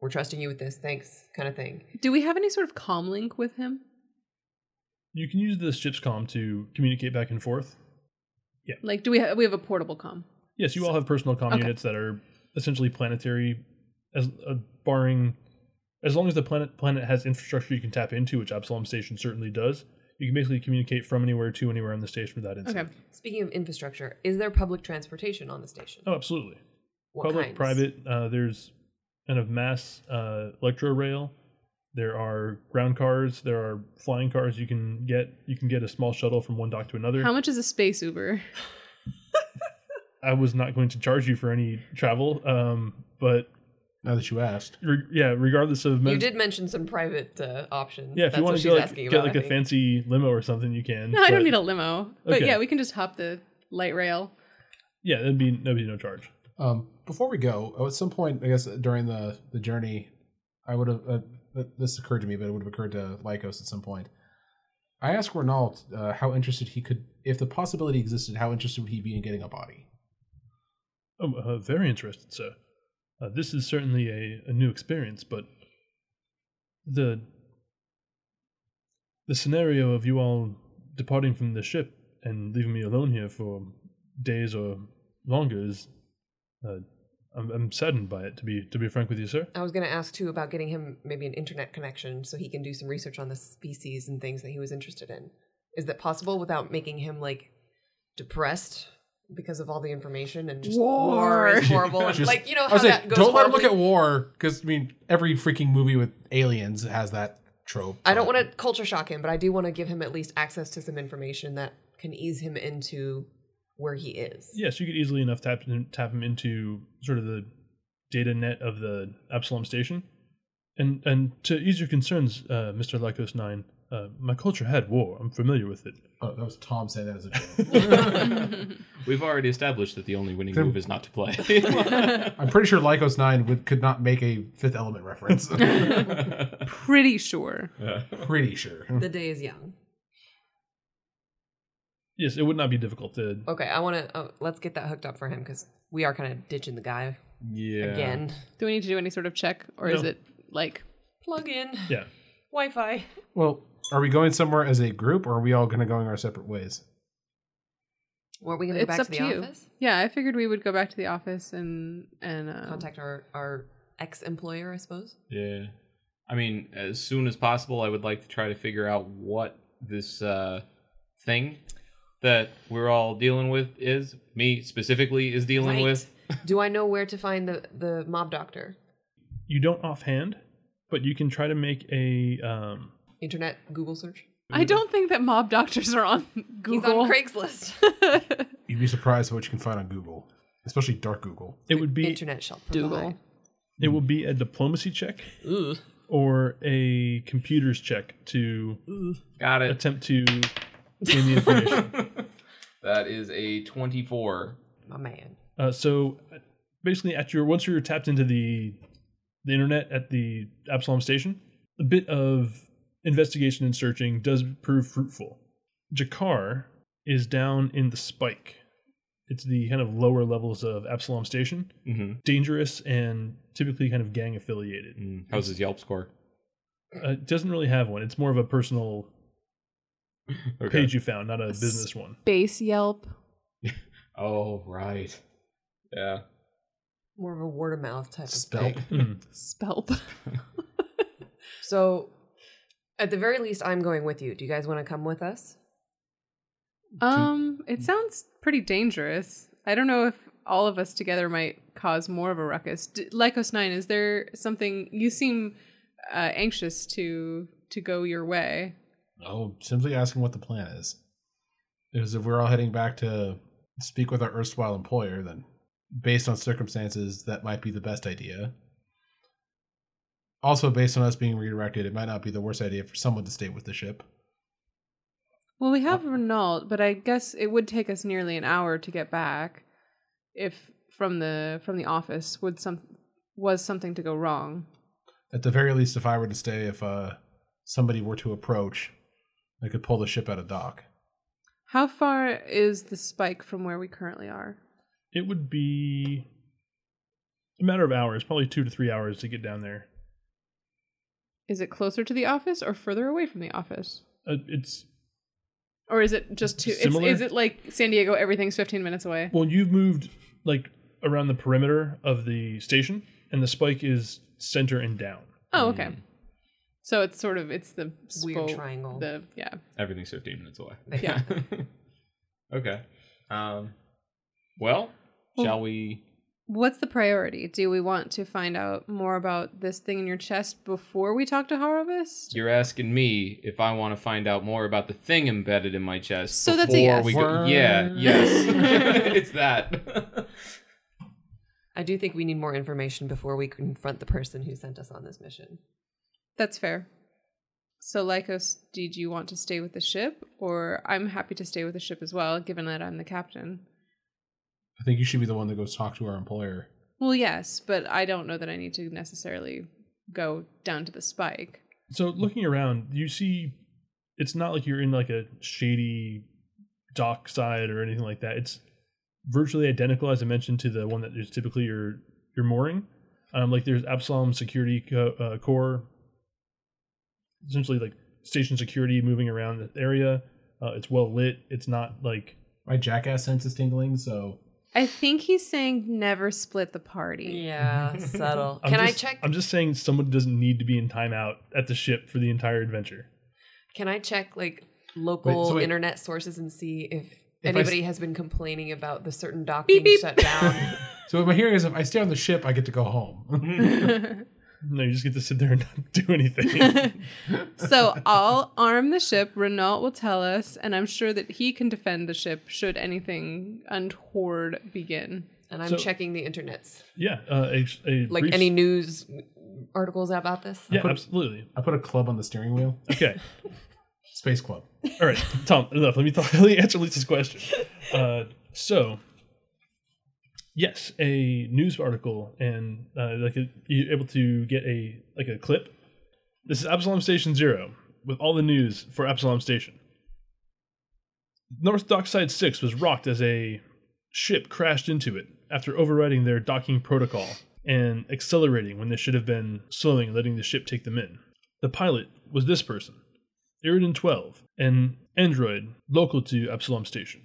S2: we're trusting you with this, thanks kind of thing.
S6: Do we have any sort of comm link with him?
S1: You can use the ship's comm to communicate back and forth.
S6: Like, do we have we have a portable comm?
S1: Yes, you all have personal comm
S6: Okay.
S1: units that are essentially planetary, as uh, barring as long as the planet planet has infrastructure you can tap into, which Absalom Station certainly does. You can basically communicate from anywhere to anywhere on the station without incident.
S6: Okay.
S2: Speaking of infrastructure, is there public transportation on the station?
S1: Oh, absolutely.
S2: What
S1: Public,
S2: kinds?
S1: private. Uh, there's kind of mass uh, electro rail. There are ground cars. There are flying cars. You can get you can get a small shuttle from one dock to another.
S6: How much is a space Uber? <laughs>
S1: I was not going to charge you for any travel, um, but
S4: Now that you asked,
S1: re- yeah, regardless of
S2: You did mention some private uh, options.
S1: yeah, if
S2: That's
S1: you
S2: what
S1: want to
S2: she's
S1: go, like,
S2: asking
S1: get
S2: about.
S1: like
S2: I
S1: a
S2: think.
S1: fancy limo or something, you can.
S6: No, I
S1: but-
S6: don't need a limo. But
S1: Okay.
S6: yeah, we can just hop the light rail.
S1: Yeah, that'd be that'd be no charge.
S4: um, before we go, oh, at some point, I guess during the the journey, I would have uh, th- this occurred to me, but it would have occurred to Lycos at some point. I asked Renault uh, how interested he could, if the possibility existed, how interested would he be in getting a body?
S1: Oh, uh, very interested, sir. Uh, this is certainly a, a new experience, but the the scenario of you all departing from the ship and leaving me alone here for days or longer is, uh, I'm, I'm saddened by it. To be to be frank with you, sir.
S2: I was going to ask too about getting him maybe an internet connection so he can do some research on the species and things that he was interested in. Is that possible without making him like depressed because of all the information and just war, is horrible and
S4: Just-
S2: like you know
S4: I
S2: Oh, how
S4: was
S2: that
S4: like,
S2: goes.
S4: don't let him look
S2: horribly?
S4: at war, because I mean, every freaking movie with aliens has that trope.
S2: I don't want to culture shock him, but I do want to give him at least access to some information that can ease him into where he is.
S1: Yes, you could easily enough tap tap him into sort of the data net of the Absalom station. And and to ease your concerns, uh, Mr. Lycos 9, uh, my culture had war. I'm familiar with it.
S4: Oh, that was Tom saying that as a joke.
S5: We've already established that the only winning
S4: Then-
S5: move is not to play.
S4: <laughs>
S5: <laughs>
S4: I'm pretty sure Lycos 9 would, could not make a Fifth
S2: <laughs>
S4: Element reference.
S6: Pretty sure.
S4: pretty sure.
S2: The day is young.
S1: Yes, it would not be difficult to.
S2: Okay, I want to uh, let's get that hooked up for him because we are kind of ditching the guy
S5: yeah.
S2: again.
S6: Do we need to do any sort of check, or is
S1: No.
S6: it like
S2: Plug in
S1: Yeah.
S2: Wi-Fi.
S4: Well, are we going somewhere as a group, or are we all kind of going our separate ways?
S2: Were we going to go
S6: it's
S2: back
S6: up
S2: to the
S6: to you?
S2: office?
S6: Yeah, I figured we would go back to the office and and uh,
S2: Contact our our ex-employer, I suppose.
S5: Yeah. I mean, as soon as possible, I would like to try to figure out what this uh, thing that we're all dealing with is. Me specifically is dealing
S2: Right.
S5: with.
S2: do I know where to find the the mob doctor?
S1: You don't offhand, but you can try to make a. Um,
S2: Internet Google search.
S6: I don't think that mob <laughs> doctors are on Google.
S2: He's on Craigslist.
S4: You'd be surprised at what you can find on Google, especially dark Google.
S1: it would be
S2: Internet shall
S6: Google.
S2: provide.
S1: it would be a diplomacy check
S2: Google.
S1: or a computers check to
S5: Got it.
S1: attempt to gain the information.
S5: That is a 24.
S2: My man.
S1: Uh, so uh, basically, at your once you're tapped into the the internet at the Absalom station, a bit of investigation and searching does prove fruitful. Jakar is down in the spike. It's the kind of lower levels of Absalom Station,
S5: Mm-hmm.
S1: dangerous and typically kind of gang affiliated.
S5: How's Mm-hmm. his Yelp score?
S1: Uh, it doesn't really have one. It's more of a personal page you found, not a
S6: S-
S1: business one.
S6: Base Yelp.
S5: Oh right. Yeah.
S2: More of a word of mouth type of
S4: Spelp.
S2: thing.
S1: Mm.
S6: Spelp.
S2: So, at the very least, I'm going with you. Do you guys want to come with us?
S6: Um, it sounds pretty dangerous. I don't know if all of us together might cause more of a ruckus. D- Lycos Nine, is there something you seem uh, anxious to to go your way?
S4: Oh, simply asking what the plan is. Because if we're all heading back to speak with our erstwhile employer, then based on circumstances, that might be the best idea. Also, based on us being redirected, it might not be the worst idea for someone to stay with the ship.
S6: Well, we have Renault, but I guess it would take us nearly an hour to get back if from the from the office would some was something to go wrong.
S4: At the very least, if I were to stay, if uh, somebody were to approach, I could pull the ship out of dock.
S6: How far is the spike from where we currently are?
S1: It would be a matter of hours, probably two to three hours to get down there.
S6: Is it closer to the office or further away from the office?
S1: Uh, it's
S6: Or is it just too? It's,
S1: Similar?
S6: is it like San Diego? Everything's fifteen minutes away.
S1: Well, you've moved like around the perimeter of the station, and the spike is center and down.
S6: Oh, okay.
S1: hmm.
S6: So it's sort of it's the
S2: Weird
S6: spo-
S2: triangle.
S6: The yeah.
S5: Everything's 15 minutes away.
S6: Yeah.
S5: <laughs> okay. Um, well, shall we?
S6: What's the priority? Do we want to find out more about this thing in your chest before we talk to Harovist?
S5: You're asking me if I want to find out more about the thing embedded in my chest.
S6: So that's a
S5: before
S6: yes.
S5: We go- yeah, yes. <laughs> it's that.
S2: I do think we need more information before we confront the person who sent us on this mission.
S6: That's fair. So Lycos, did you want to stay with the ship, or I'm happy to stay with the ship as well, given that I'm the captain.
S4: I think you should be the one that goes talk to our employer.
S6: Well, yes, but I don't know that I need to necessarily go down to the spike.
S1: So, looking around, you see it's not like you're in like a shady dock side or anything like that. It's virtually identical, as I mentioned, to the one that is typically your your mooring. Um, like there's Absalom Security co- uh, Corps, essentially like station security moving around the area. Uh, it's well lit. It's not like
S4: My jackass sense is tingling, so
S6: I think he's saying never split the party.
S2: Yeah, subtle.
S1: I'm
S2: Can
S1: just-
S2: I check?
S1: I'm just saying someone doesn't need to be in timeout at the ship for the entire adventure.
S2: Can I check like local
S4: wait.
S2: internet sources and see if,
S4: I s-
S2: anybody has been complaining about the certain dock
S6: Beep,
S2: being
S6: beep.
S2: shut down?
S4: So what my hearing is, if I stay on the ship, I get to go home. <laughs>
S1: No, you just get to sit there and <laughs> not do anything.
S2: <laughs>
S6: so I'll arm the ship. Renault will tell us, and I'm sure that he can defend the ship should anything untoward begin.
S2: And I'm
S1: So-
S2: checking the internets.
S1: yeah, uh, a, a
S2: Like
S1: brief-
S2: any news articles about this? <laughs>
S1: Yeah, absolutely.
S4: I put a club on the steering wheel.
S1: Okay,
S4: Space club.
S1: all right, Tom. Enough. Let me th- <laughs> let me answer Lisa's question. Uh, so, yes, a news article and uh, like a, you're able to get a like a clip. This is Absalom Station Zero with all the news for Absalom Station. North Dockside 6 was rocked as a ship crashed into it after overriding their docking protocol and accelerating when they should have been slowing and letting the ship take them in. The pilot was this person, Iridan 12, an android local to Absalom Station.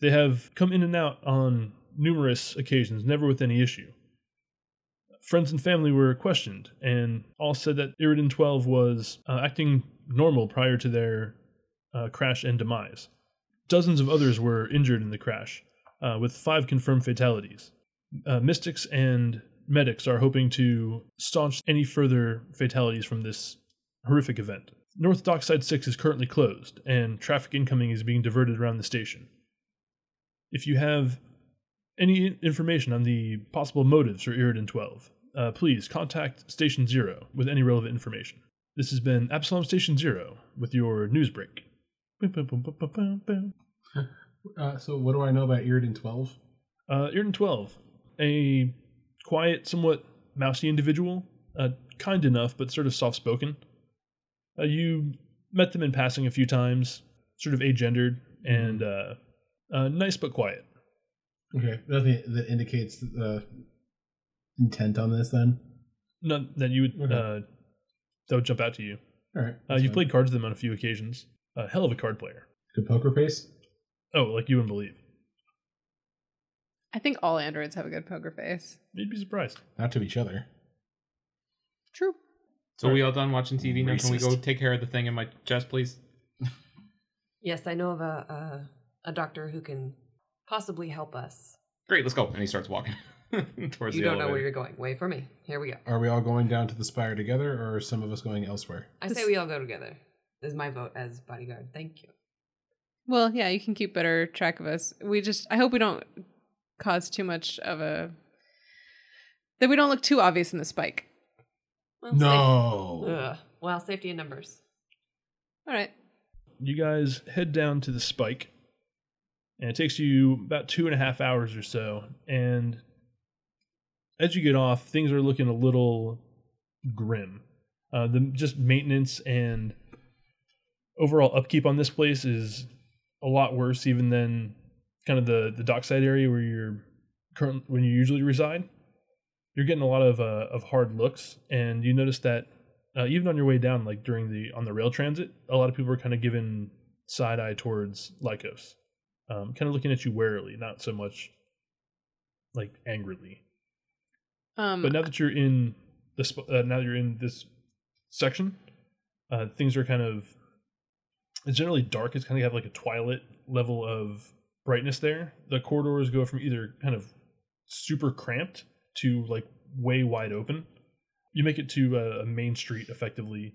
S1: They have come in and out on numerous occasions, never with any issue. Friends and family were questioned, and all said that Iridan 12 was uh, acting normal prior to their uh, crash and demise. Dozens of others were injured in the crash, uh, with five confirmed fatalities. Uh, mystics and medics are hoping to staunch any further fatalities from this horrific event. North Dockside 6 is currently closed, and traffic incoming is being diverted around the station. If you have any information on the possible motives for Iridan 12, uh, please contact Station Zero with any relevant information. This has been Absalom Station Zero with your news break. Boom, boom, boom, boom, boom, boom, boom.
S4: Uh, so what do I know about Iridan Twelve?
S1: Uh, Iridan 12, a quiet, somewhat mousy individual, uh, kind enough, but sort of soft spoken. Uh, you met them in passing a few times, sort of agendered and
S4: Mm-hmm.
S1: uh, uh, nice but quiet.
S4: Okay, nothing that indicates the intent on this. Then,
S1: Not that you would
S4: Okay.
S1: uh, that would jump out to you.
S4: all right.
S1: Uh,
S4: Mm-hmm. that's
S1: you've
S4: fine.
S1: played cards with them on a few occasions. A hell of a card player.
S4: good poker face.
S1: Oh, like you wouldn't believe.
S6: I think all androids have a good poker face.
S1: You'd be surprised.
S4: Not to each other.
S6: True.
S5: So we all done watching TV now. Can we go
S4: Racist.
S5: take care of the thing in my chest, please?
S2: Yes, I know of a, a a doctor who can possibly help us.
S5: Great, let's go. And he starts walking <laughs> towards
S2: You
S5: the
S2: don't know where
S5: elevator.
S2: you're going. Wait for me. Here we go.
S4: Are we all going down to the spire together, or are some of us going elsewhere?
S2: I
S6: This-
S2: say we all go together. Is my vote as bodyguard. Thank you.
S6: Well, yeah, you can keep better track of us. We just I hope we don't cause too much of a that we don't look too obvious in the spike.
S2: Well,
S4: No.
S2: safe- Ugh. Well, safety in numbers.
S6: All right.
S1: You guys head down to the spike, and it takes you about two and a half hours or so. And as you get off, things are looking a little grim. Uh, the just maintenance and overall upkeep on this place is a lot worse, even than kind of the the dockside area where you're current when you usually reside. You're getting a lot of uh, of hard looks, and you notice that uh, even on your way down, like during the on the rail transit, a lot of people are kind of giving side eye towards Lycos, um, kind of looking at you warily, not so much like angrily.
S6: Um
S1: But now that you're in the sp- uh, now that you're in this section, uh, things are kind of it's generally dark. It's kind of have like a twilight level of brightness there. The corridors go from either kind of super cramped to like way wide open. You make it to a, a main street effectively,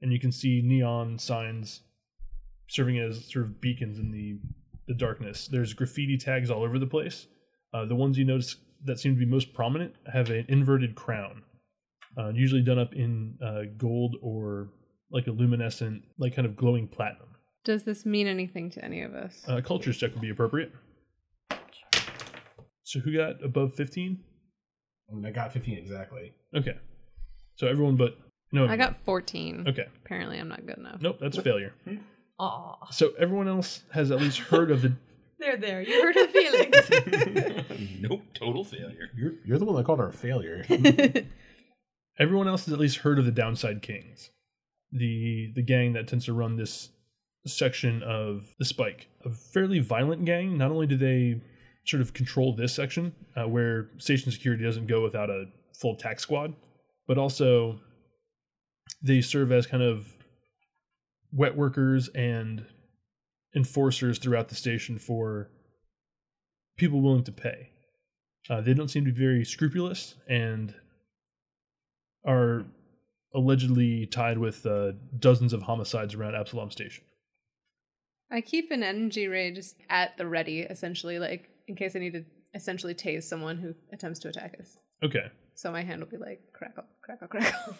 S1: and you can see neon signs serving as sort of beacons in the the darkness. There's graffiti tags all over the place. Uh, the ones you notice that seem to be most prominent have an inverted crown, uh, usually done up in uh, gold or like a luminescent, like kind of glowing platinum.
S6: does this mean anything to any of us?
S1: Uh, cultures check would be appropriate. So who got above fifteen?
S4: I mean, Oh, I got 15 exactly.
S1: Okay, so everyone but no.
S6: I
S1: everyone.
S6: got 14.
S1: Um, okay.
S6: Apparently I'm not good enough.
S1: Nope, that's a failure.
S2: Aw.
S1: So everyone else has at least heard of the.
S2: There, there. You hurt her feelings.
S5: <laughs>
S2: <laughs>
S3: Nope, total failure.
S4: You're you're the one that called her a failure.
S1: Everyone else has at least heard of the Downside Kings, the the gang that tends to run this section of the Spike. A fairly violent gang. Not only do they sort of control this section uh, where station security doesn't go without a full tax squad, but also they serve as kind of wet workers and enforcers throughout the station for people willing to pay. Uh, they don't seem to be very scrupulous and are allegedly tied with uh, dozens of homicides around Absalom Station.
S6: I keep an energy ray just at the ready essentially like in case I need to essentially tase someone who attempts to attack us.
S1: Okay.
S6: So my hand will be like crackle, crackle, crackle.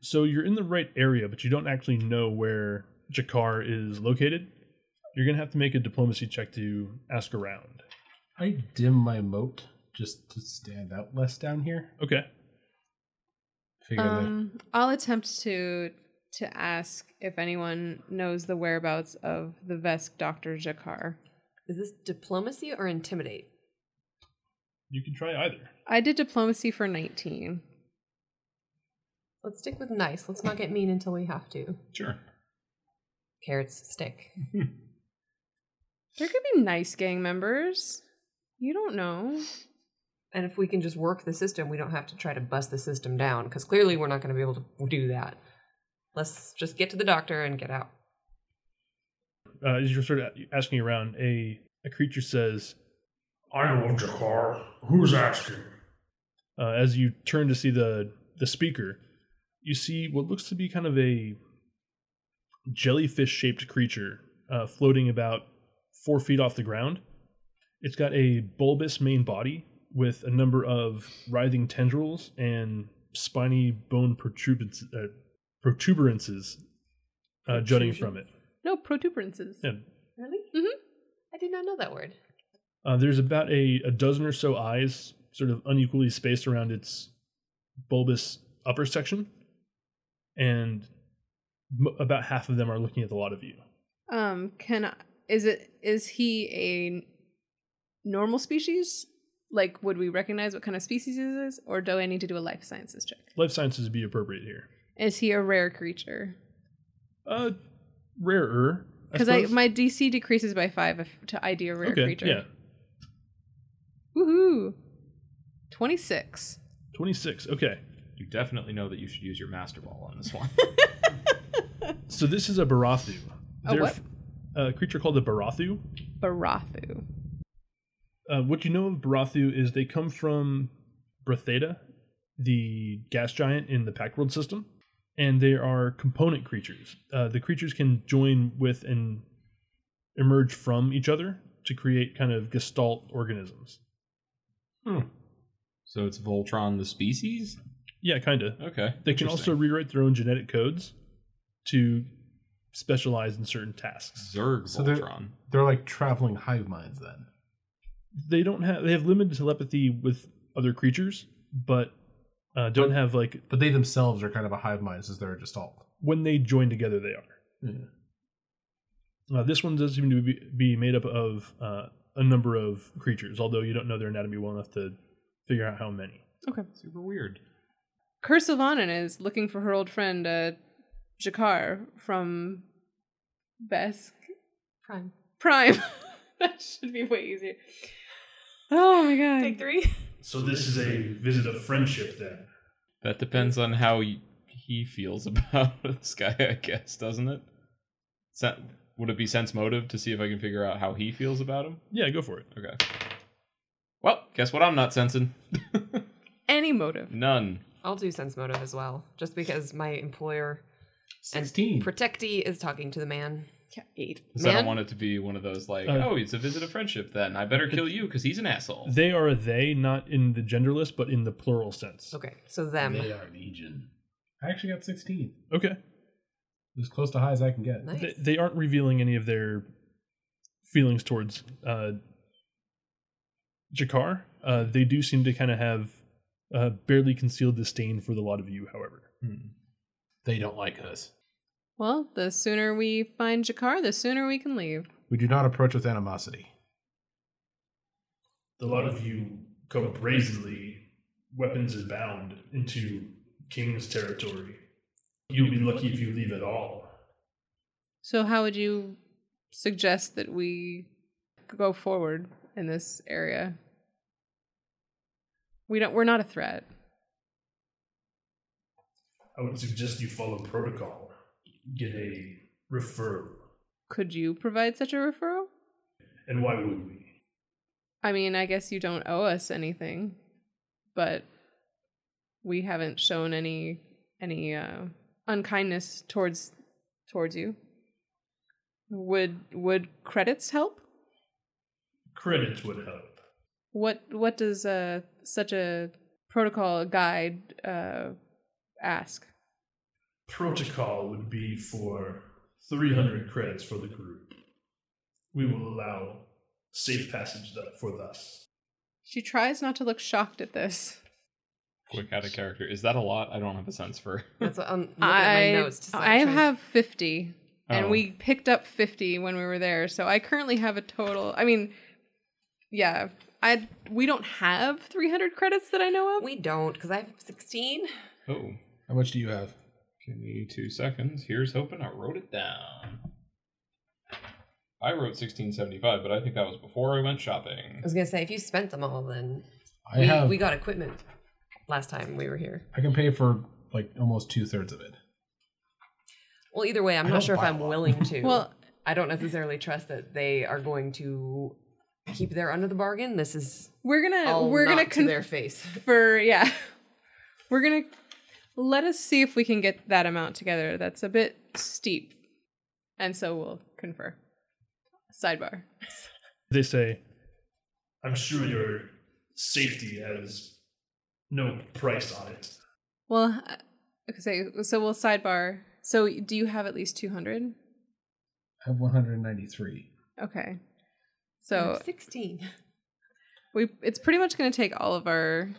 S1: So you're in the right area, but you don't actually know where Jakar is located. You're going to have to make a diplomacy check to ask around.
S4: <laughs> I dim my moat just to stand out less down here.
S1: Okay.
S4: Figure
S6: Um, I'll attempt to to ask if anyone knows the whereabouts of the Vesk Doctor Jakar.
S2: Is this diplomacy or intimidate?
S1: You can try either.
S6: I did diplomacy for nineteen.
S2: Let's stick with nice. Let's not get mean until we have to.
S5: Sure.
S2: Carrots stick.
S6: There could be nice gang members. You don't know.
S2: And if we can just work the system, we don't have to try to bust the system down because clearly we're not going to be able to do that. Let's just get to the doctor and get out.
S1: Uh, as you're sort of asking around, a, a creature says,
S8: I know of Jakar. Who's asking?
S1: uh, as you turn to see the the speaker, you see what looks to be kind of a jellyfish shaped creature uh, floating about four feet off the ground. It's got a bulbous main body with a number of writhing tendrils and spiny bone protuberance, uh, protuberances uh, jutting from it.
S6: No protuberances.
S1: Yeah.
S2: Really?
S6: Mhm.
S2: I did not know that word.
S1: Uh, there's about a, a dozen or so eyes, sort of unequally spaced around its bulbous upper section, and m- about half of them are looking at the lot of you.
S6: Um, can I, is it is he a normal species? Like, would we recognize what kind of species it is, or do I need to do a life sciences check?
S1: Life sciences would be appropriate here.
S6: Is he a rare creature?
S1: Uh, rarer.
S6: Because I,
S1: suppose.
S6: my DC decreases by five if, to ID a rare
S1: okay,
S6: creature.
S1: yeah,
S6: Woohoo! Twenty six.
S1: twenty six. Okay,
S5: You definitely know that you should use your master ball on this <laughs> one.
S1: so this is a barathu.
S6: A
S1: They're
S6: what?
S1: f- A creature called the barathu.
S6: Barathu.
S1: Uh, what you know of barathu is they come from Bratheta, the gas giant in the Packworld system, and they are component creatures. Uh, the creatures can join with and emerge from each other to create kind of gestalt organisms.
S5: so it's Voltron the species?
S1: Yeah, kind of.
S5: Okay.
S1: They can also
S5: Interesting.
S1: rewrite their own genetic codes to specialize in certain tasks.
S5: Zerg
S4: So they're-
S5: Voltron.
S4: They're like traveling hive minds then.
S1: They don't have they have limited telepathy with other creatures, but uh, don't have like
S4: But they themselves are kind of a hive mind since they're a gestalt.
S1: when they join together they are. Uh, this one does seem to be, be made up of uh, a number of creatures, although you don't know their anatomy well enough to figure out how many.
S5: Super weird.
S6: Kersilvanen is looking for her old friend, uh, Jakar from Vesk
S7: Prime.
S6: Prime. <laughs> that should be way easier. Oh my god.
S7: Take three.
S1: So this is a visit of friendship then.
S5: That depends on how y- he feels <laughs> about this guy, I guess, doesn't it? Sen- would it be sense motive to see if I can figure out how he feels about him?
S1: Yeah, go for it.
S5: Okay. Well, guess what I'm not sensing?
S6: Any motive.
S5: None.
S7: I'll do sense motive as well, just because my employer
S4: Sixteen.
S7: and protectee is talking to the man.
S6: eight.
S5: Because I don't
S7: Man?
S5: want it to be one of those like,
S1: Uh,
S5: oh, it's a visit of friendship then. I better kill you because he's an asshole.
S1: They are a they, not in the genderless, but in the plural sense.
S7: Okay, so them.
S4: are legion. I actually got sixteen.
S1: Okay.
S4: As close to high as I can get.
S7: Nice.
S1: they, they aren't revealing any of their feelings towards uh, Jakar. Uh, they do seem to kind of have uh, barely concealed disdain for the lot of you, however.
S4: They don't like us.
S6: Well, the sooner we find Jakar, the sooner we can leave.
S4: We do not approach with animosity.
S1: The lot of you come brazenly, weapons abound, into King's territory. You'll be lucky if you leave at all.
S6: So, how would you suggest that we go forward in this area? We don't. We're not a threat.
S1: I would suggest you follow protocol. Get a referral.
S6: Could you provide such a referral?
S1: And why would we?
S6: I mean, I guess you don't owe us anything, but we haven't shown any any uh, unkindness towards towards you. Would would credits help?
S1: Credits would help.
S6: What what does uh, such a protocol guide uh, ask?
S1: protocol would be for 300 credits for the group. We will allow safe passage th- for thus.
S6: She tries not to look shocked at this.
S5: Quick out of character. Is that a lot? I don't have a sense for.
S7: That's what I'm looking
S6: I
S7: at my notes. To see
S6: I
S7: if there's-
S6: have fifty, and
S5: Oh.
S6: we picked up fifty when we were there. So I currently have a total. I mean, yeah, I we don't have three hundred credits that I know of.
S7: We don't, because I have 16.
S5: Oh,
S4: How much do you have?
S5: give me two seconds. Here's hoping I wrote it down. I wrote 1675, but I think that was before I went
S7: I
S5: shopping.
S7: was going to say, if you spent them all, then
S4: I
S7: we,
S4: have.
S7: we got equipment last time we were here.
S4: I can pay for like almost two thirds of it.
S7: Well, either way, I'm
S4: I
S7: not
S4: don't
S7: sure if
S4: buy a
S7: I'm
S4: lot. <laughs>
S7: willing to.
S6: well,
S7: I don't necessarily trust that they are going to keep their end of the bargain. This is
S6: we're gonna
S7: all
S6: we're gonna
S7: not to
S6: con-
S7: their face.
S6: for yeah, we're gonna let us see if we can get that amount together. That's a bit steep, and so we'll confer. Sidebar.
S1: They say, I'm sure your safety has no price on it.
S6: Well, uh, okay, so- so we'll sidebar. So do you have at least two hundred?
S4: I have one hundred ninety three.
S6: Okay.
S7: I
S6: <laughs> So
S7: have 16.
S6: we it's pretty much going to take all of our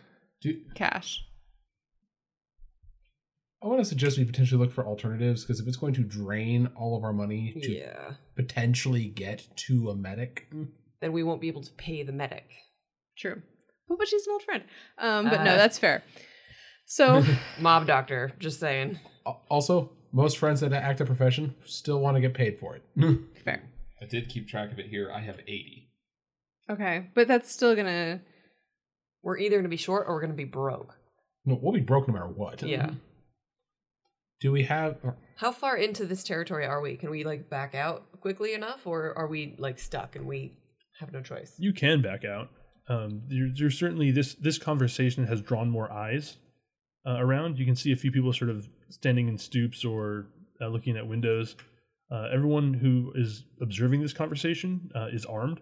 S4: Do
S6: cash.
S4: I want to suggest we potentially look for alternatives because if it's going to drain all of our money to
S2: Yeah.
S4: potentially get to a medic,
S2: Then we won't be able to pay the medic.
S6: True. But, but she's an old friend. Um, but no,
S2: Uh.
S6: that's fair. So
S2: Mob doctor, just saying.
S4: Al- also most friends that act a profession still want to get paid for it.
S6: fair.
S5: I did keep track of it here. I have 80.
S6: Okay, but that's still gonna.
S2: We're either going to be short or we're going to be broke.
S4: No, we'll be broke no matter what.
S2: Yeah.
S4: Do we have? uh,
S2: How far into this territory are we? Can we like back out quickly enough or are we like stuck and we have no choice?
S1: You can back out. Um, you're, you're certainly this this conversation has drawn more eyes uh, around. You can see a few people sort of standing in stoops or uh, looking at windows. Uh, everyone who is observing this conversation uh, is armed,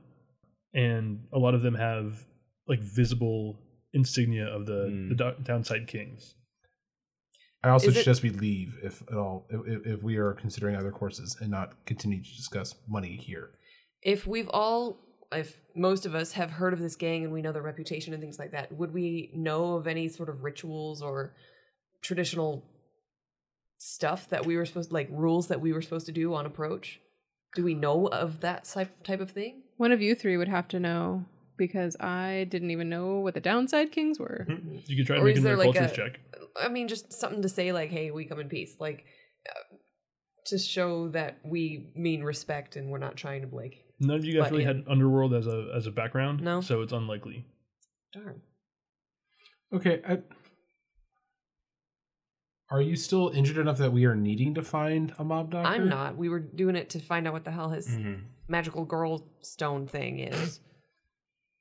S1: and a lot of them have like visible insignia of the
S5: Hmm.
S1: the do- downside kings.
S4: I also
S2: Is it-
S4: suggest we leave if at all if- if, if we are considering other courses and not continue to discuss money here.
S2: If we've all if most of us have heard of this gang and we know their reputation and things like that, would we know of any sort of rituals or traditional stuff that we were supposed like rules that we were supposed to do on approach? Do we know of that si- type of thing?
S6: One of you three would have to know because I didn't even know what the downside kings were.
S1: You can try to
S2: Or
S1: make
S2: is
S1: another
S2: there, like,
S1: cultures
S2: a-
S1: check.
S2: I mean, just something to say like, "Hey, we come in peace," like uh, to show that we mean respect and we're not trying to like.
S1: None of you guys
S2: But
S1: really
S2: in-
S1: had underworld as a as a background,
S2: No.
S1: so it's unlikely.
S2: Darn.
S4: Okay. I, are you still injured enough that we are needing to find a mob doctor?
S6: Mm-hmm.
S2: I'm not. We were doing it to find out what the hell his
S6: Mm.
S2: magical girl stone thing is.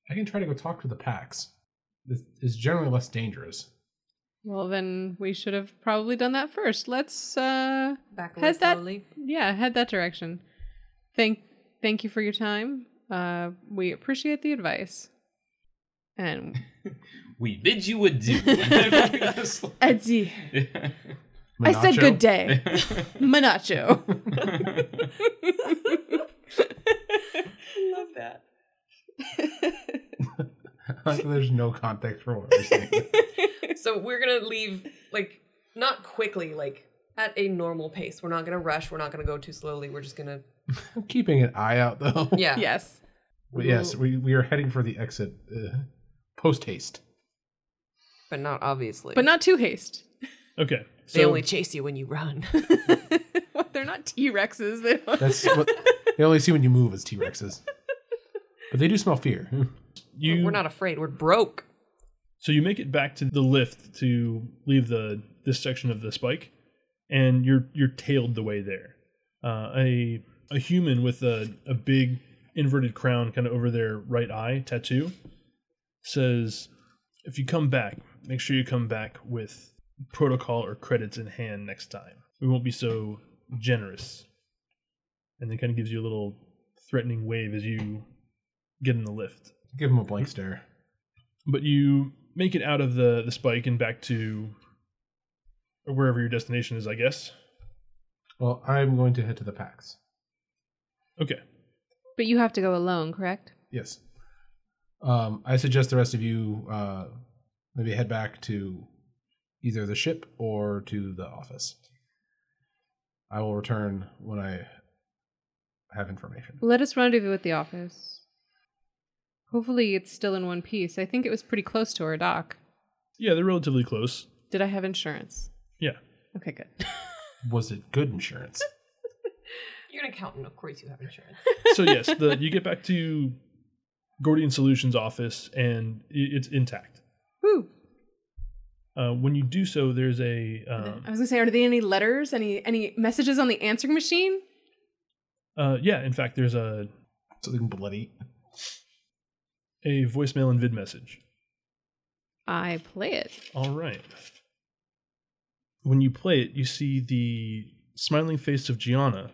S4: I can try to go talk to the packs. This is generally less dangerous.
S6: Well, then we should have probably done that first. Let's, uh,
S2: Back away
S6: Has that-
S2: slowly.
S6: yeah, head that direction. Thank, thank you for your time. Uh, we appreciate the advice. <laughs> And
S5: We bid you <laughs> adieu.
S6: Edzie,
S5: Yeah.
S6: I said
S4: Minacho? <laughs>
S6: good day, Manacho. <laughs>
S2: Love that. <laughs>
S4: There's no context for what
S2: <laughs>
S4: we're saying.
S2: So we're gonna leave like not quickly, like at a normal pace. We're not gonna rush. We're not gonna go too slowly. We're just
S6: <laughs>
S2: gonna
S4: I'm keeping an eye out though.
S2: yeah.
S6: yes.
S4: <laughs> But yes, we, we are heading for the exit uh, post haste.
S2: But not obviously.
S6: But not too haste.
S1: Okay, so
S2: They only chase you when you run.
S6: <laughs> They're not T Rexes. They don't. <laughs>
S4: That's what they only see when you move as T Rexes. But they do smell fear. <laughs>
S1: you
S2: we're not afraid. We're broke.
S1: So you make it back to the lift to leave the this section of the spike, and you're you're tailed the way there. Uh, a a human with a, a big inverted crown kind of over their right eye tattoo says, "If you come back, make sure you come back with protocol or credits in hand next time. We won't be so generous." And then kind of gives you a little threatening wave as you get in the lift
S4: Give him a blank stare.
S1: but you make it out of the the spike and back to wherever your destination is i guess
S4: Well, I'm going to head to the packs.
S1: okay
S6: But you have to go alone, correct?
S4: Yes. Um, I suggest the rest of you uh, maybe head back to either the ship or to the office. I will return when I have information.
S6: Let us rendezvous at the office. Hopefully, it's still in one piece. I think it was pretty close to our dock.
S1: yeah they're relatively close
S6: Did I have insurance?
S1: yeah
S6: Okay, good.
S4: Was it good insurance?
S2: You're an accountant, of course. You have insurance.
S1: so yes the you get back to gordian solutions office and i- it's intact
S6: Woo!
S1: uh, when you do so there's a
S6: I
S1: um,
S6: was gonna say, are there any letters, any any messages on the answering machine?
S1: uh, yeah in fact there's a
S4: Something bloody.
S1: a voicemail and vid message
S6: I play it.
S1: All right. When you play it, you see the smiling face of Gianna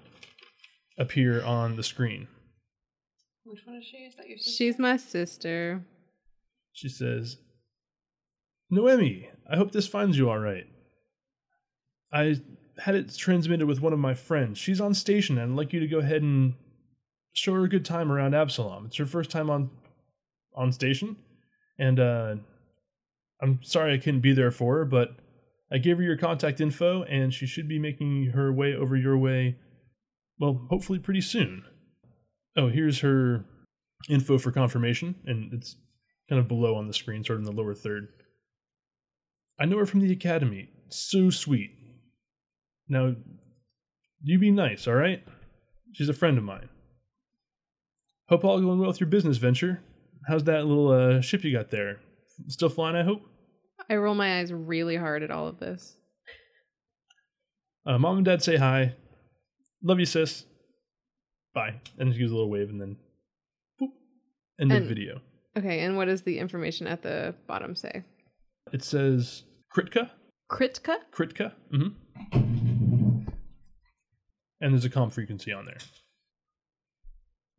S1: appear on the screen.
S2: Which one is she? Is that your sister?
S6: She's my sister.
S1: She says, Noemi, I hope this finds you all right. I had it transmitted with one of my friends. She's on station, and I'd like you to go ahead and show her a good time around Absalom. It's her first time on on station, and uh, I'm sorry I couldn't be there for her, but I gave her your contact info, and she should be making her way over your way, well, hopefully pretty soon. Oh, here's her info for confirmation, and it's kind of below on the screen, sort of in the lower third. I know her from the academy. So sweet. Now, you be nice, all right? She's a friend of mine. Hope all going well with your business venture. How's that little uh, ship you got there? Still flying, I hope?
S6: I roll my eyes really hard at all of this.
S1: Uh, Mom and Dad say hi. Love you, sis. Bye. And she gives a little wave and then boop. End
S6: And-
S1: of video.
S6: Okay, and what does the information at the bottom say?
S1: It says Kritka.
S6: Kritka?
S1: Kritka. Mm-hmm. And there's a comm frequency on there.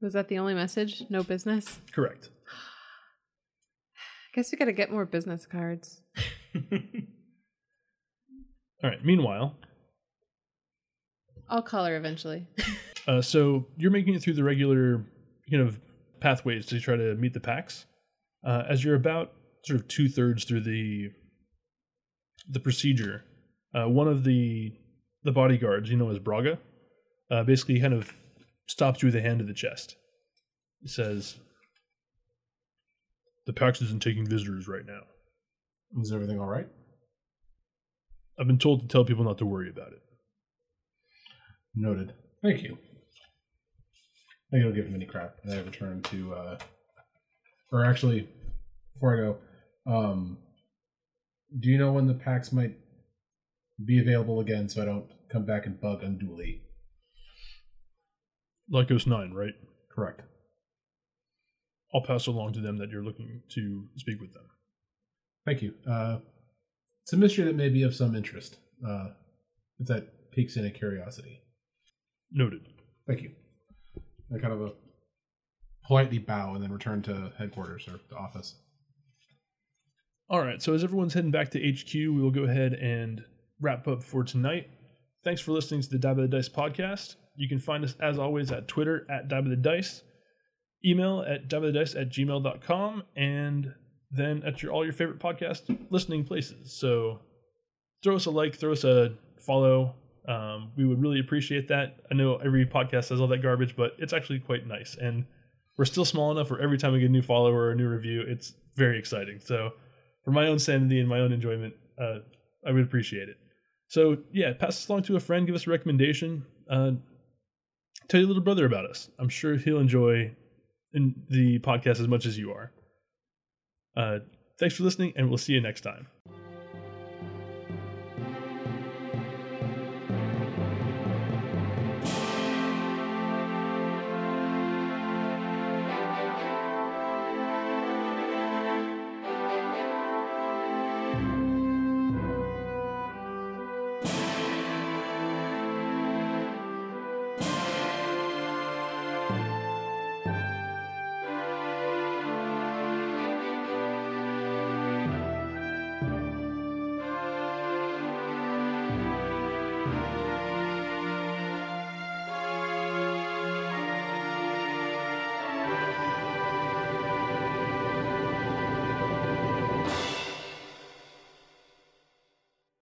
S6: Was that the only message? No business?
S1: Correct.
S6: Guess we gotta get more business cards.
S1: All right. Meanwhile,
S6: I'll call her eventually.
S1: Uh, so you're making it through the regular kind of pathways to try to meet the packs. Uh, as you're about sort of two thirds through the the procedure, uh, one of the the bodyguards, you know as Braga, uh, basically kind of stops you with a hand to the chest. He says, "The PAX isn't taking visitors right now.
S4: Is everything all right?
S1: I've been told to tell people not to worry about it."
S4: Noted. Thank you. I think I'll give him any crap. And I return to, uh, or actually, before I go, um, do you know when the packs might be available again so I don't come back and bug unduly?
S1: Lycos nine, right?
S4: Correct.
S1: I'll pass along to them that you're looking to speak with them.
S4: Thank you. Uh, it's a mystery that may be of some interest, uh, if that piques any curiosity.
S1: Noted.
S4: Thank you. I kind of a politely bow and then return to headquarters or the office.
S1: All right, so as everyone's heading back to HQ, we will go ahead and wrap up for tonight. Thanks for listening to the Die by the Dice podcast. You can find us, as always, at Twitter at Die by the Dice, email at die by the dice at gmail.com, and then at your all your favorite podcast listening places. So throw us a like, throw us a follow. Um, we would really appreciate that. I know every podcast says all that garbage, but it's actually quite nice. And we're still small enough where every time we get a new follower or a new review, it's very exciting. So for my own sanity and my own enjoyment, uh, I would appreciate it. So yeah, pass this along to a friend, give us a recommendation, uh, tell your little brother about us. I'm sure he'll enjoy in the podcast as much as you are. Uh, thanks for listening, and we'll see you next time.